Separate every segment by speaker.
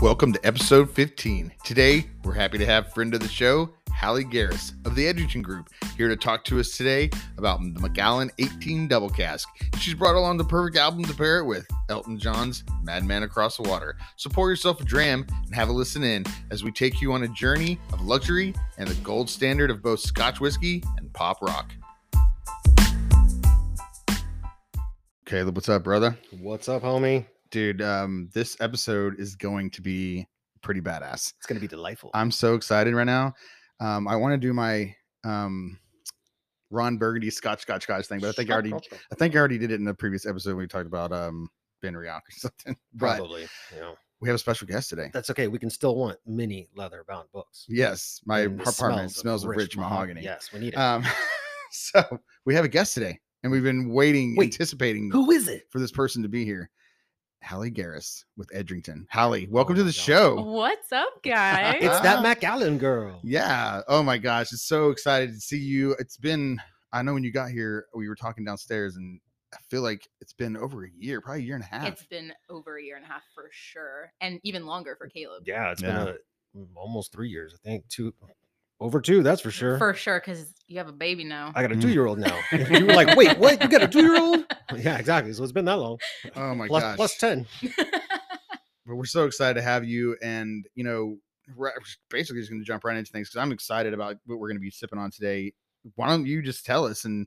Speaker 1: Welcome to episode 15. Today, we're happy to have friend of the show, Hallie Garris of the Edgerton Group, here to talk to us today about the McAllen 18 Double Cask. She's brought along the perfect album to pair it with Elton John's Madman Across the Water. So pour yourself a dram and have a listen in as we take you on a journey of luxury and the gold standard of both Scotch whiskey and pop rock. Caleb, what's up, brother?
Speaker 2: What's up, homie?
Speaker 1: dude um this episode is going to be pretty badass
Speaker 2: It's gonna be delightful.
Speaker 1: i'm so excited right now um i want to do my um ron burgundy scotch scotch scotch thing but i think i already i think i already did it in the previous episode when we talked about um ben Rioch or something but
Speaker 2: probably. You know,
Speaker 1: we have a special guest today
Speaker 2: that's okay. We can still want mini leather-bound books.
Speaker 1: yes my
Speaker 2: And the
Speaker 1: apartment smells of rich mahogany
Speaker 2: Yes, we need it.
Speaker 1: um so we have a guest today and we've been waiting
Speaker 2: Wait,
Speaker 1: anticipating
Speaker 2: Who is it?
Speaker 1: for this person to be here Hallie Garris with Edrington. Hallie, welcome to
Speaker 2: my
Speaker 1: the
Speaker 2: God.
Speaker 1: show.
Speaker 3: What's up, guys?
Speaker 2: Oh. It's that
Speaker 1: Ah.
Speaker 2: Mac Allen girl.
Speaker 1: Yeah. Oh my gosh. It's so excited to see you. It's been, I know when you got here, we were talking downstairs and I feel like it's been over a year, probably a year and a half.
Speaker 3: It's been over a year and a half for sure, and even longer for Caleb.
Speaker 2: Yeah, it's
Speaker 1: Yeah.
Speaker 2: been a, mm, almost three years, I think. Two over two, that's for sure.
Speaker 3: For sure, because you have a baby now.
Speaker 2: I got a
Speaker 1: Mm.
Speaker 2: two-year-old now. you were like, wait, what? You got a two-year-old? yeah, exactly. So it's been that long.
Speaker 1: oh my
Speaker 2: Plus-
Speaker 1: gosh.
Speaker 2: plus ten.
Speaker 1: but we're so excited to have you. And, you know, we're we're basically just going to jump right into things because I'm excited about what we're going to be sipping on today. Why don't you just tell us and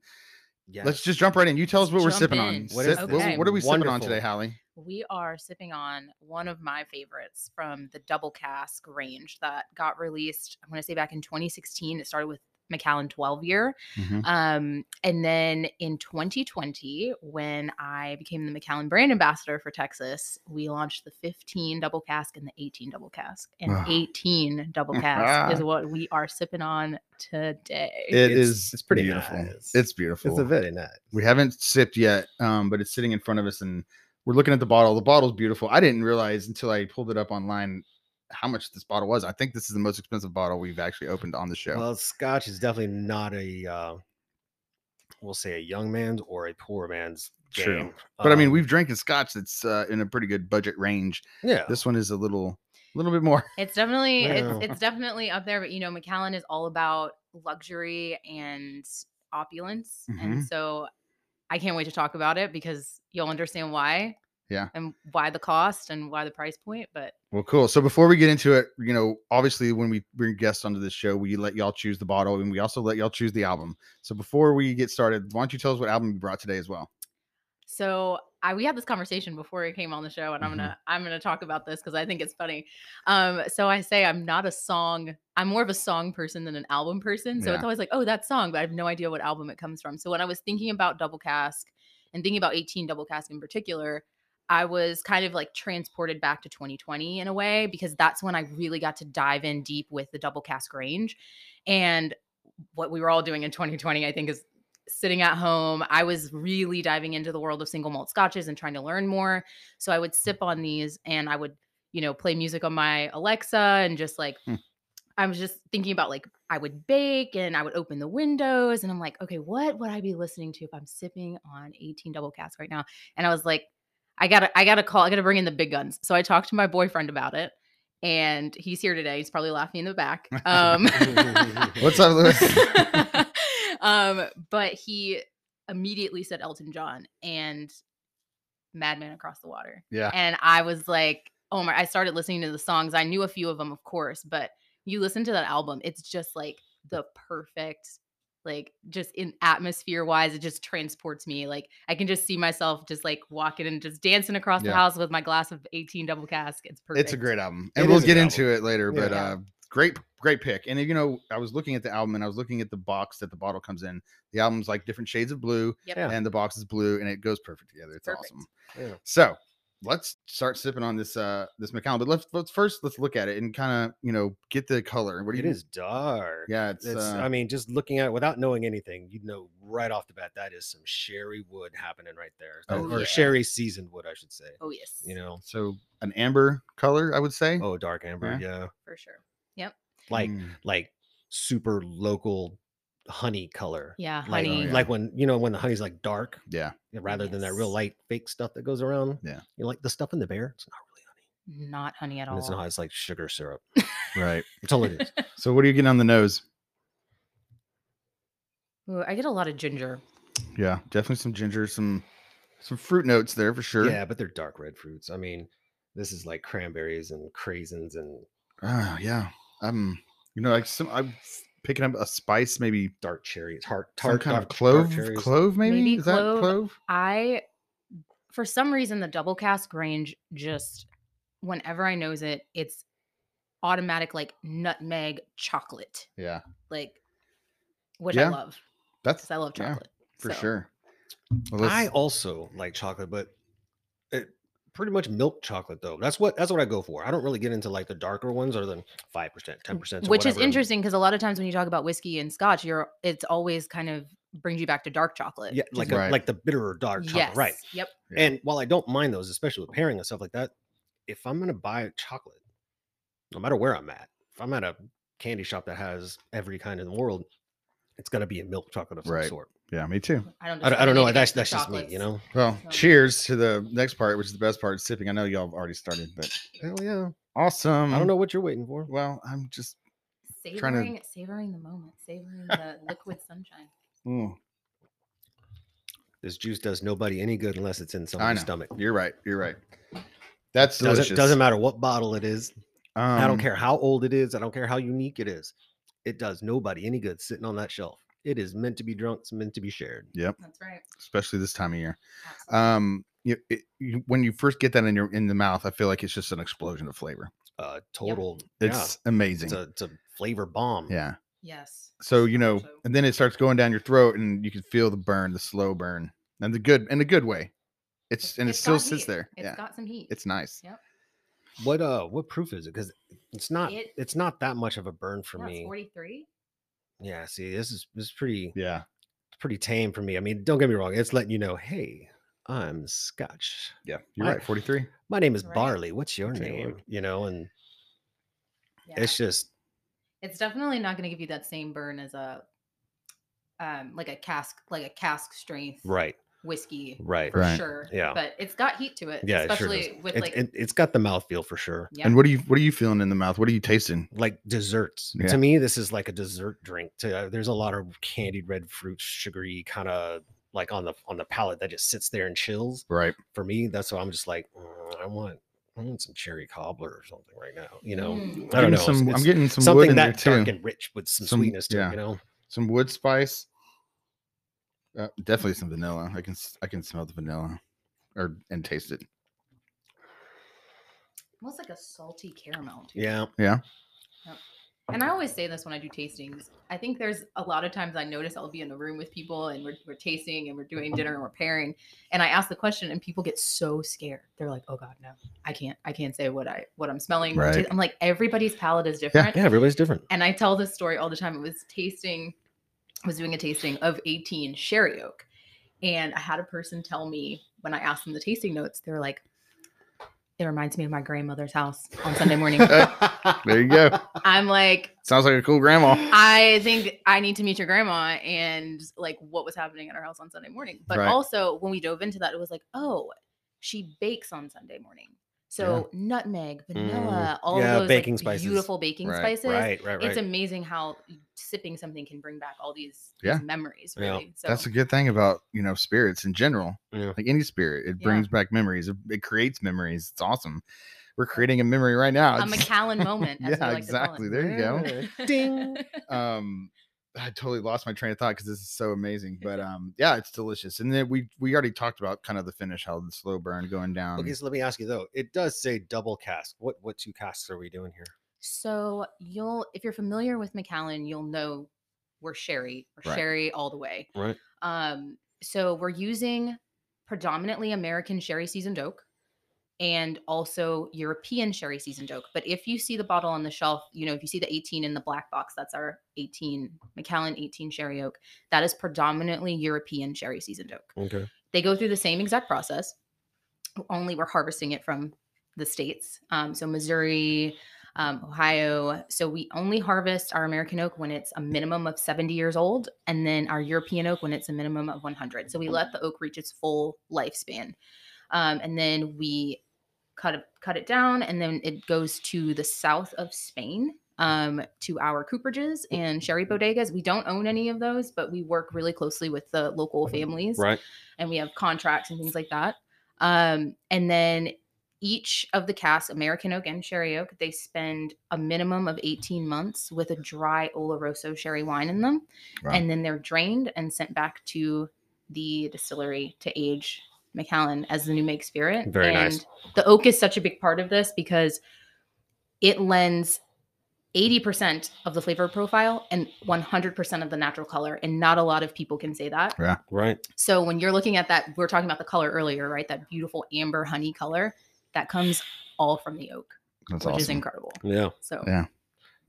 Speaker 2: Yeah.
Speaker 1: let's just jump right in? You tell us
Speaker 3: Let's
Speaker 1: what we're
Speaker 3: jump
Speaker 1: sipping on.
Speaker 3: in.
Speaker 2: What is
Speaker 1: Sip-
Speaker 3: Okay.
Speaker 1: what, what are we sipping on today,
Speaker 2: Wonderful.
Speaker 1: Hallie?
Speaker 3: we are sipping on one of my favorites from the double cask range that got released, I want to say back in 2016. It started with McAllen 12 year. Um, and then in 2020, when I became the McAllen brand ambassador for Texas, we launched the 15 double cask and the 18 double cask. And
Speaker 1: Ah.
Speaker 3: 18 double cask is what we are sipping on today.
Speaker 1: It
Speaker 2: It's-
Speaker 1: is.
Speaker 2: it's pretty
Speaker 1: beautiful.
Speaker 2: nice.
Speaker 1: It's beautiful.
Speaker 2: it's a very nice.
Speaker 1: We haven't sipped yet, um, but it's sitting in front of us, and we're looking at the bottle. The bottle's beautiful. I didn't realize until I pulled it up online how much this bottle was. I think this is the most expensive bottle we've actually opened on the show.
Speaker 2: Well, Scotch is definitely not a, uh, we'll say, a young man's or a poor man's game.
Speaker 1: True. but I mean,
Speaker 2: Um,
Speaker 1: we've drank a scotch that's uh, in a pretty good budget range.
Speaker 2: yeah,
Speaker 1: This one is a little, little bit more.
Speaker 3: It's definitely
Speaker 2: Wow.
Speaker 3: it's it's definitely up there, but you know, McAllen is all about luxury and opulence, and so I can't wait to talk about it because you'll understand why.
Speaker 1: Yeah.
Speaker 3: and why the cost and why the price point. But
Speaker 1: Well, cool. So before we get into it, you know, obviously when we bring guests onto this show, we let y'all choose the bottle, and we also let y'all choose the album. So before we get started, why don't you tell us what album you brought today as well?
Speaker 3: so I we had this conversation before I came on the show, and I'm
Speaker 1: Mhm.
Speaker 3: gonna I'm gonna talk about this because I think it's funny. Um, so I say I'm not a song. I'm more of a song person than an album person. So
Speaker 1: Yeah.
Speaker 3: it's always like, oh, that song, but I have no idea what album it comes from. So when I was thinking about Double Cask and thinking about 18 Double Cask in particular, I was kind of like transported back to 2020 in a way because that's when I really got to dive in deep with the Double Cask range. And what we were all doing in 2020, I think, is sitting at home. I was really diving into the world of single malt scotches and trying to learn more. So I would sip on these and I would, you know, play music on my Alexa and just like,
Speaker 1: Hmm.
Speaker 3: I was just thinking about like, I would bake and I would open the windows and I'm like, okay, what would I be listening to if I'm sipping on 18 double cask right now? And I was like, I gotta, I gotta call, I gotta bring in the big guns. So I talked to my boyfriend about it and he's here today. He's probably laughing in the back. Um,
Speaker 1: What's up, Lewis?
Speaker 3: um, but he immediately said Elton John and Madman Across the Water.
Speaker 1: yeah.
Speaker 3: And I was like, oh my, I started listening to the songs. I knew a few of them, of course, but you listen to that album, it's just like the perfect, like just in atmosphere wise, it just transports me. Like I can just see myself just like walking and just dancing across
Speaker 1: Yeah.
Speaker 3: the house with my glass of 18 double cask. It's perfect.
Speaker 1: It's a great album, and
Speaker 2: It
Speaker 1: we'll
Speaker 2: is a
Speaker 1: get
Speaker 2: good
Speaker 1: into it later. But
Speaker 3: Yeah.
Speaker 1: uh, great, great pick. And you know, I was looking at the album, and I was looking at the box that the bottle comes in. The album's like different shades of blue,
Speaker 3: Yep.
Speaker 2: Yeah.
Speaker 1: and the box is blue, and it goes perfect together. It's
Speaker 3: Perfect.
Speaker 1: awesome.
Speaker 2: Yeah.
Speaker 1: So let's start sipping on this uh this Macallan. But let's let's first let's look at it and kind of you know get the color. What do
Speaker 2: it
Speaker 1: you?
Speaker 2: is dark.
Speaker 1: Yeah, it's.
Speaker 2: It's,
Speaker 1: uh,
Speaker 2: I mean, just looking at it without knowing anything, you know right off the bat that is some sherry wood happening right there,
Speaker 1: Oh,
Speaker 2: or
Speaker 3: yeah.
Speaker 2: sherry seasoned wood, I should say.
Speaker 3: Oh, yes.
Speaker 2: You know,
Speaker 1: so an amber color, I would say.
Speaker 2: oh, dark amber, yeah,
Speaker 3: for sure.
Speaker 2: like
Speaker 1: Mm,
Speaker 2: like super local honey color.
Speaker 3: Yeah.
Speaker 2: Like, oh,
Speaker 3: Honey.
Speaker 1: Oh, yeah.
Speaker 2: like when you know when the honey's like dark
Speaker 1: yeah.
Speaker 2: rather than that
Speaker 3: Yes.
Speaker 2: real light fake stuff that goes around.
Speaker 1: Yeah.
Speaker 2: you know, like the stuff in the bear. It's not really honey.
Speaker 3: not honey at all.
Speaker 2: And it's not. It's like sugar syrup.
Speaker 1: Right.
Speaker 2: That's all it is.
Speaker 1: So what are you getting on the nose?
Speaker 3: Ooh, I get a lot of ginger.
Speaker 1: Yeah, definitely some ginger, some some fruit notes there for sure.
Speaker 2: Yeah, but they're dark red fruits. I mean, this is like cranberries and craisins and
Speaker 1: Ah, yeah. Um, you know, like some I'm picking up a spice, maybe
Speaker 2: dark cherry, tart,
Speaker 1: some
Speaker 2: tart
Speaker 1: kind
Speaker 2: dark,
Speaker 1: of clove,
Speaker 2: Dark cherries.
Speaker 1: clove maybe.
Speaker 3: Maybe
Speaker 1: Is that
Speaker 3: clove.
Speaker 1: clove?
Speaker 3: I, for some reason, the double cask range just, whenever I nose it, it's automatic like nutmeg chocolate,
Speaker 1: Yeah,
Speaker 3: like which
Speaker 1: Yeah.
Speaker 3: I love
Speaker 1: that's
Speaker 3: because I love
Speaker 1: yeah,
Speaker 3: chocolate
Speaker 1: for
Speaker 3: So,
Speaker 1: sure. Well, let's-
Speaker 2: I also like chocolate, but it, pretty much milk chocolate though. That's what that's what I go for. I don't really get into like the darker ones other than five percent, ten percent,
Speaker 3: Mm, Which is interesting because a lot of times when you talk about whiskey and scotch, you're it's always kind of brings you back to dark chocolate.
Speaker 2: Yeah, like a,
Speaker 1: Right.
Speaker 2: like the bitterer dark chocolate, right?
Speaker 3: Yes. Yep.
Speaker 1: Yeah.
Speaker 2: And while I don't mind those, especially with pairing and stuff like that, if I'm gonna buy chocolate, no matter where I'm at, if I'm at a candy shop that has every kind in the world, it's gonna be a milk chocolate of some
Speaker 1: Right.
Speaker 2: sort.
Speaker 1: yeah, me too.
Speaker 3: I
Speaker 2: I,
Speaker 3: don't.
Speaker 2: don't- I
Speaker 3: discriminate
Speaker 2: don't know. That's
Speaker 3: against the
Speaker 2: that's just me, you
Speaker 3: chocolates.
Speaker 2: know.
Speaker 1: Well,
Speaker 3: So-
Speaker 1: cheers to the next part, which is the best part, sipping. I know y'all have already started, but
Speaker 2: Hell yeah.
Speaker 1: awesome.
Speaker 2: I don't know what you're waiting for.
Speaker 1: Well, I'm just Trying to-
Speaker 3: Savoring, savoring the moment, savoring the liquid sunshine.
Speaker 1: mm,
Speaker 2: This juice does nobody any good unless it's in
Speaker 1: I
Speaker 2: somebody's
Speaker 1: know.
Speaker 2: stomach.
Speaker 1: You're right. You're right. That's delicious.
Speaker 2: Doesn't doesn't matter what bottle it is. I
Speaker 1: Um,
Speaker 2: don't care how old it is. I don't care how unique it is. It does nobody any good sitting on that shelf. It is meant to be drunk. It's meant to be shared.
Speaker 3: That's right.
Speaker 1: especially this time of year.
Speaker 3: Absolutely.
Speaker 2: Uh,
Speaker 1: Um, you, it, you, when you first get that in your in the mouth, I feel like it's just an explosion of flavor.
Speaker 2: Uh, total. yeah,
Speaker 1: It's amazing.
Speaker 2: it's a, it's a flavor bomb.
Speaker 1: yeah.
Speaker 3: yes.
Speaker 1: So you know,
Speaker 3: so.
Speaker 1: and then it starts going down your throat, and you can feel the burn, the slow burn, and the good in a good way. It's and it still
Speaker 3: got
Speaker 1: sits
Speaker 3: heat.
Speaker 1: there.
Speaker 3: It's
Speaker 1: yeah,
Speaker 3: got some heat.
Speaker 1: it's nice.
Speaker 2: What uh, what proof is it? Because it's not.
Speaker 3: It-
Speaker 2: it's not that much of a burn for
Speaker 3: Yeah, it's
Speaker 2: me.
Speaker 3: 43.
Speaker 2: Yeah. See, this is this is pretty
Speaker 1: Yeah,
Speaker 2: pretty tame for me. I mean, don't get me wrong. It's letting you know, hey, I'm Scotch.
Speaker 1: yeah, you're
Speaker 2: My-
Speaker 1: right. Forty three.
Speaker 2: My name is
Speaker 3: Right.
Speaker 2: Barley. What's your
Speaker 1: Tell you
Speaker 2: name?
Speaker 1: what.
Speaker 2: You know, and
Speaker 3: Yeah.
Speaker 2: it's
Speaker 3: It's,
Speaker 2: just
Speaker 3: definitely not going to give you that same burn as a, um, like a cask, like a cask strength
Speaker 2: right,
Speaker 3: whiskey
Speaker 2: right.
Speaker 3: for
Speaker 1: Right.
Speaker 3: sure.
Speaker 2: Yeah.
Speaker 3: But it's got heat to it.
Speaker 2: Yeah, it sure does.
Speaker 3: Especially with
Speaker 2: It,
Speaker 3: like,
Speaker 2: it, it's got the mouthfeel for sure.
Speaker 3: yeah.
Speaker 1: And what are you what are you feeling in the mouth? What are you tasting?
Speaker 2: like desserts.
Speaker 1: Yeah.
Speaker 2: To me, this is like a dessert drink. To, uh, there's a lot of candied red fruit, sugary kind of like on the on the palate that just sits there and chills.
Speaker 1: Right.
Speaker 2: For me, that's why I'm just like, "Mm, I want I want some cherry cobbler or something right now. You know,
Speaker 3: Mm.
Speaker 2: I don't know. it's-
Speaker 1: Some,
Speaker 2: it's
Speaker 1: I'm getting some wood
Speaker 2: something
Speaker 1: in there
Speaker 2: that
Speaker 1: too.
Speaker 2: dark and rich with some,
Speaker 1: Some-
Speaker 2: sweetness to
Speaker 1: yeah.
Speaker 2: it. You know,
Speaker 1: some wood spice. Uh, definitely some vanilla. I can s- I can smell the vanilla, or and taste it.
Speaker 3: almost like a salty caramel. too.
Speaker 2: yeah.
Speaker 3: And I always say this when I do tastings. I think there's a lot of times I notice I'll be in a room with people and we're, we're tasting and we're doing dinner and we're pairing. And I ask the question and people get so scared. They're like, oh God, no, I can't, I can't say what I, what I'm smelling. or
Speaker 1: Right.
Speaker 3: taste." I'm like, everybody's palate is different.
Speaker 2: Yeah, everybody's different.
Speaker 3: And I tell this story all the time. It was tasting, I was doing a tasting of 18 sherry oak. And I had a person tell me when I asked them the tasting notes, they were like, it reminds me of my grandmother's house on Sunday morning.
Speaker 1: There you go.
Speaker 3: I'm like,
Speaker 1: Sounds like a cool grandma.
Speaker 3: I think I need to meet your grandma and like what was happening at our house on Sunday morning. But
Speaker 1: Right.
Speaker 3: also when we dove into that, it was like, oh, she bakes on Sunday morning. So nutmeg,
Speaker 1: Mm.
Speaker 3: vanilla, all
Speaker 2: yeah,
Speaker 3: of those
Speaker 2: baking
Speaker 3: like,
Speaker 2: spices.
Speaker 3: beautiful baking
Speaker 1: Right,
Speaker 3: spices.
Speaker 2: right, right,
Speaker 3: It's
Speaker 2: right.
Speaker 3: amazing how sipping something can bring back all these, these
Speaker 1: Yeah.
Speaker 3: memories.
Speaker 2: Yeah.
Speaker 3: Really, so
Speaker 1: That's a good thing about you know spirits in general.
Speaker 2: Yeah.
Speaker 1: Like any spirit, it
Speaker 3: Yeah.
Speaker 1: brings back memories. It, it creates memories. It's awesome. We're creating a memory right now.
Speaker 3: a McAllen moment. As
Speaker 1: yeah,
Speaker 3: we like
Speaker 1: exactly.
Speaker 3: To call it.
Speaker 1: There you go.
Speaker 2: Yeah. Ding.
Speaker 1: um I totally lost my train of thought because this is so amazing. But um yeah, it's delicious. And then we we already talked about kind of the finish, how the slow burn going down.
Speaker 2: Okay, so let me ask you though. It does say double cast. What what two casts are we doing here?
Speaker 3: So you'll, if you're familiar with McAllen, you'll know we're sherry, or
Speaker 1: Right.
Speaker 3: sherry all the way.
Speaker 2: Right.
Speaker 3: Um, so we're using predominantly American sherry seasoned oak and also European sherry seasoned oak. But if you see the bottle on the shelf, you know, if you see the 18 in the black box, that's our 18 McAllen 18 sherry oak. That is predominantly European sherry seasoned oak.
Speaker 2: Okay.
Speaker 3: They go through the same exact process, only we're harvesting it from the states. Um, so Missouri, um, Ohio. So we only harvest our American oak when it's a minimum of 70 years old, and then our European oak when it's a minimum of 100. So we let the oak reach its full lifespan. Um, and then we cut it, cut it down, and then it goes to the south of Spain um, to our cooperages and sherry bodegas. We don't own any of those, but we work really closely with the local families,
Speaker 2: Right.
Speaker 3: and we have contracts and things like that. Um, and then each of the cast, American Oak and Sherry Oak, they spend a minimum of 18 months with a dry Oloroso sherry wine in them.
Speaker 1: Wow.
Speaker 3: And then they're drained and sent back to the distillery to age Macallan as the new make spirit.
Speaker 2: Very
Speaker 3: and
Speaker 2: nice.
Speaker 3: The oak is such a big part of this because it lends 80% of the flavor profile and 100% of the natural color. And not a lot of people can say that.
Speaker 2: Right.
Speaker 3: So when you're looking at that, we are talking about the color earlier, right? That beautiful amber honey color that comes all from the oak,
Speaker 1: That's
Speaker 3: which
Speaker 1: awesome.
Speaker 3: is incredible.
Speaker 2: Yeah.
Speaker 3: So
Speaker 1: Yeah.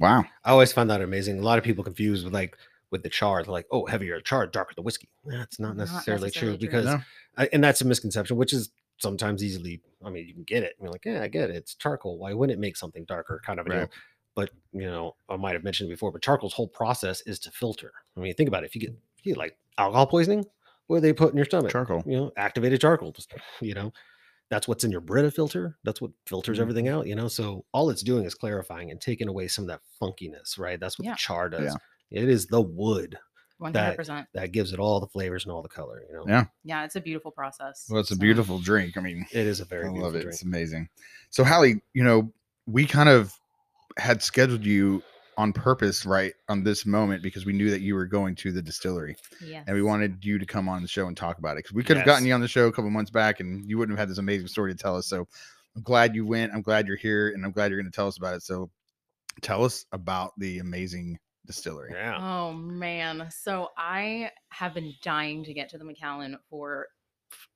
Speaker 1: wow.
Speaker 2: I always find that amazing. A lot of people confuse with like with the char, they're like, oh, heavier the char, darker the whiskey. That's not
Speaker 3: Not
Speaker 2: necessarily,
Speaker 3: necessarily
Speaker 2: true
Speaker 3: true.
Speaker 2: because,
Speaker 1: No.
Speaker 2: I- and that's a misconception, which is sometimes easily. I mean, you can get it. You're like, yeah, I get it. It's charcoal. Why wouldn't it make something darker? Kind of a
Speaker 1: Right.
Speaker 2: deal. But you know, I might have mentioned it before, but charcoal's whole process is to filter. I mean, think about it. If you get if you get, like alcohol poisoning, what do they put in your stomach?
Speaker 1: Charcoal.
Speaker 2: you know, activated charcoal. Just, you know, that's what's in your Brita filter. That's what filters
Speaker 1: Mhm.
Speaker 2: everything out. You know, so all it's doing is clarifying and taking away some of that funkiness, right? That's what
Speaker 3: Yeah.
Speaker 2: the char does.
Speaker 1: Yeah.
Speaker 2: It is the wood
Speaker 3: 100%.
Speaker 2: that gives it all the flavors and all the color. You know,
Speaker 1: Yeah.
Speaker 3: yeah, it's a beautiful process.
Speaker 1: Well, it's a
Speaker 3: So,
Speaker 1: beautiful drink. I mean,
Speaker 2: it is a very
Speaker 1: I
Speaker 2: beautiful
Speaker 1: love it.
Speaker 2: drink.
Speaker 1: It's amazing. So, Hallie, you know, we kind of had scheduled you on purpose right on this moment because we knew that you were going to the distillery
Speaker 3: Yes.
Speaker 1: and we wanted you to come on the show and talk about it because we could have gotten
Speaker 2: Yes.
Speaker 1: you on the show a couple months back and you wouldn't have had this amazing story to tell us. So, I'm glad you went. I'm glad you're here and I'm glad you're going to tell us about it. So, tell us about the amazing distillery.
Speaker 2: Yeah,
Speaker 3: Oh man. So I have been dying to get to the McAllen for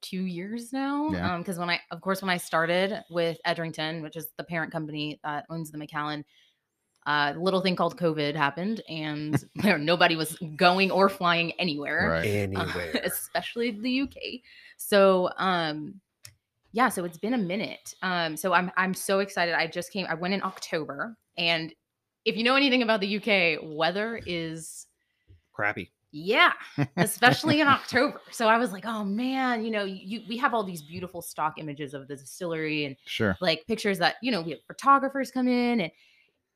Speaker 3: two years now.
Speaker 1: Yeah.
Speaker 3: Um, because when I of course when I started with Edrington, which is the parent company that owns the McAllen, uh little thing called COVID happened and there nobody was going or flying anywhere.
Speaker 1: Right.
Speaker 3: uh,
Speaker 2: anywhere.
Speaker 3: especially the UK. So, um, yeah, so it's been a minute. Um, so I'm I'm so excited. I just came. I went in October, and if you know anything about the UK, weather is
Speaker 2: Crappy.
Speaker 3: yeah, especially in October. So I was like, oh man, you know, you we have all these beautiful stock images of the distillery and
Speaker 1: Sure.
Speaker 3: like pictures that you know we have photographers come in and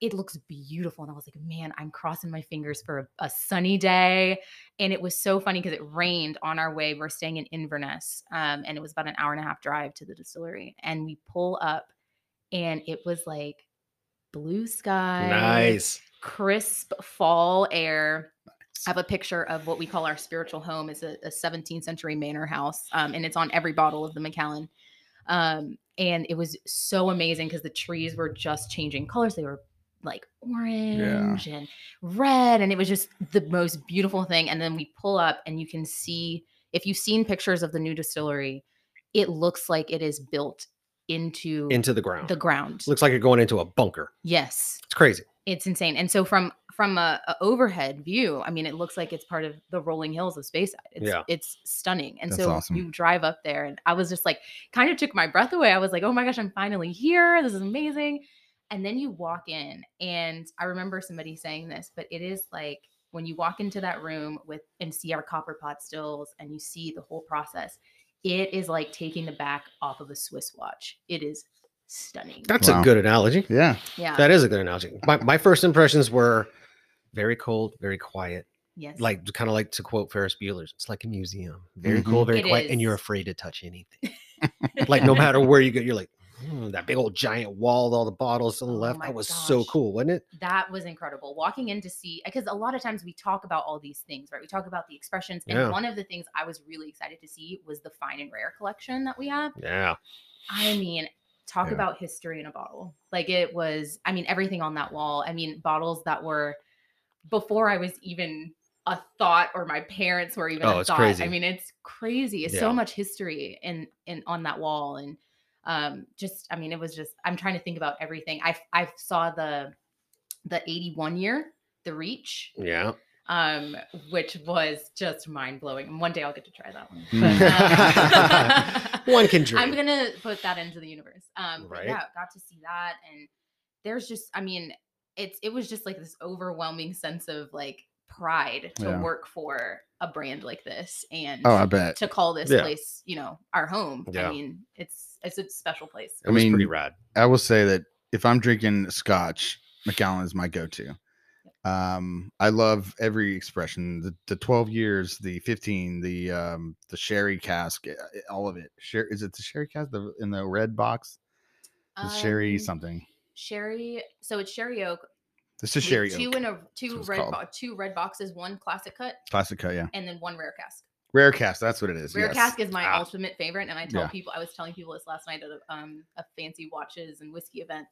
Speaker 3: it looks beautiful and i was like man i'm crossing my fingers for a, a sunny day and it was so funny because it rained on our way we're staying in inverness um, and it was about an hour and a half drive to the distillery and we pull up and it was like blue sky
Speaker 2: Nice.
Speaker 3: crisp fall air. I have a picture of what we call our spiritual home. It's a, a 17th century manor house, um, and it's on every bottle of the Macallan. Um, and it was so amazing because the trees were just changing colors. They were like orange and red, and it was just the most beautiful thing. And then we pull up, and you can see if you've seen pictures of the new distillery, it looks like it is built into,
Speaker 2: Into the ground.
Speaker 3: the ground.
Speaker 2: Looks like you're going into a bunker.
Speaker 3: yes
Speaker 2: It's crazy.
Speaker 3: it's insane. And so from from a, a overhead view, I mean, it looks like it's part of the rolling hills of Speyside. It's,
Speaker 2: Yeah.
Speaker 3: it's stunning. And
Speaker 1: That's
Speaker 3: so
Speaker 1: awesome.
Speaker 3: you drive up there, and I was just like, kind of took my breath away. I was like, oh my gosh, I'm finally here. This is amazing. And then you walk in, and I remember somebody saying this, but it is like when you walk into that room with and see our copper pot stills, and you see the whole process. It is like taking the back off of a Swiss watch. It is stunning.
Speaker 2: That's
Speaker 1: Wow.
Speaker 2: a good analogy.
Speaker 1: Yeah.
Speaker 3: yeah.
Speaker 2: That is a good analogy. My, my first impressions were very cold, very quiet.
Speaker 3: yes.
Speaker 2: like kind of like to quote Ferris Bueller's, it's like a museum, very cool, very
Speaker 3: Mm-hmm. It
Speaker 2: quiet, and you're
Speaker 3: is.
Speaker 2: afraid to touch anything. like no matter where you go, you're like "Mm, that big old giant wall with all the bottles on the
Speaker 3: Oh
Speaker 2: left.
Speaker 3: my
Speaker 2: That was so
Speaker 3: gosh.
Speaker 2: cool, wasn't it?
Speaker 3: that was incredible walking in to see because a lot of times we talk about all these things right we talk about the expressions and
Speaker 2: Yeah.
Speaker 3: one of the things i was really excited to see was the fine and rare collection that we have
Speaker 2: Yeah,
Speaker 3: i mean talk
Speaker 1: Yeah.
Speaker 3: about history in a bottle like it was i mean everything on that wall i mean bottles that were before i was even a thought or my parents were even
Speaker 2: Oh,
Speaker 3: a
Speaker 2: it's
Speaker 3: thought
Speaker 2: crazy.
Speaker 3: i mean it's crazy it's so
Speaker 2: Yeah.
Speaker 3: much history in in on that wall and um just i mean it was just i'm trying to think about everything i i saw the the 81 year the reach
Speaker 2: yeah.
Speaker 3: um which was just mind-blowing and one day i'll get to try that one
Speaker 1: Hmm.
Speaker 2: Mm.
Speaker 3: um,
Speaker 2: One can dream.
Speaker 3: i'm gonna put that into the universe um but
Speaker 2: Right.
Speaker 3: yeah got to see that and there's just i mean it's it was just like this overwhelming sense of like pride to
Speaker 1: Yeah.
Speaker 3: work for a brand like this and
Speaker 1: Oh, I bet.
Speaker 3: to call this
Speaker 2: Yeah.
Speaker 3: place, you know, our home.
Speaker 2: Yeah.
Speaker 3: I mean, it's it's a special place.
Speaker 2: It
Speaker 1: I
Speaker 2: was pretty
Speaker 1: mean,
Speaker 2: rad.
Speaker 1: I will say that if I'm drinking scotch, McAllen is my go-to. Um, I love every expression. The, the 12 years, the 15, the um, the sherry cask, eh, eh, all of it. Sher- is it the sherry cask the, in the red box? The sherry
Speaker 3: Um,
Speaker 1: something.
Speaker 3: Sherry. So it's sherry oak.
Speaker 1: This is
Speaker 3: We-
Speaker 1: sherry
Speaker 3: Two
Speaker 1: oak.
Speaker 3: in a
Speaker 1: what
Speaker 3: two
Speaker 1: it's
Speaker 3: red
Speaker 1: called.
Speaker 3: bo- two red boxes, one classic cut,
Speaker 1: Classic cut, yeah.
Speaker 3: and then one rare cask.
Speaker 1: Rare cask, that's what it is.
Speaker 3: Rare
Speaker 1: yes.
Speaker 3: cask is my
Speaker 2: Ah.
Speaker 3: ultimate favorite, and I tell
Speaker 1: Yeah.
Speaker 3: people. I was telling people this last night at a, um, a fancy watches and whiskey event.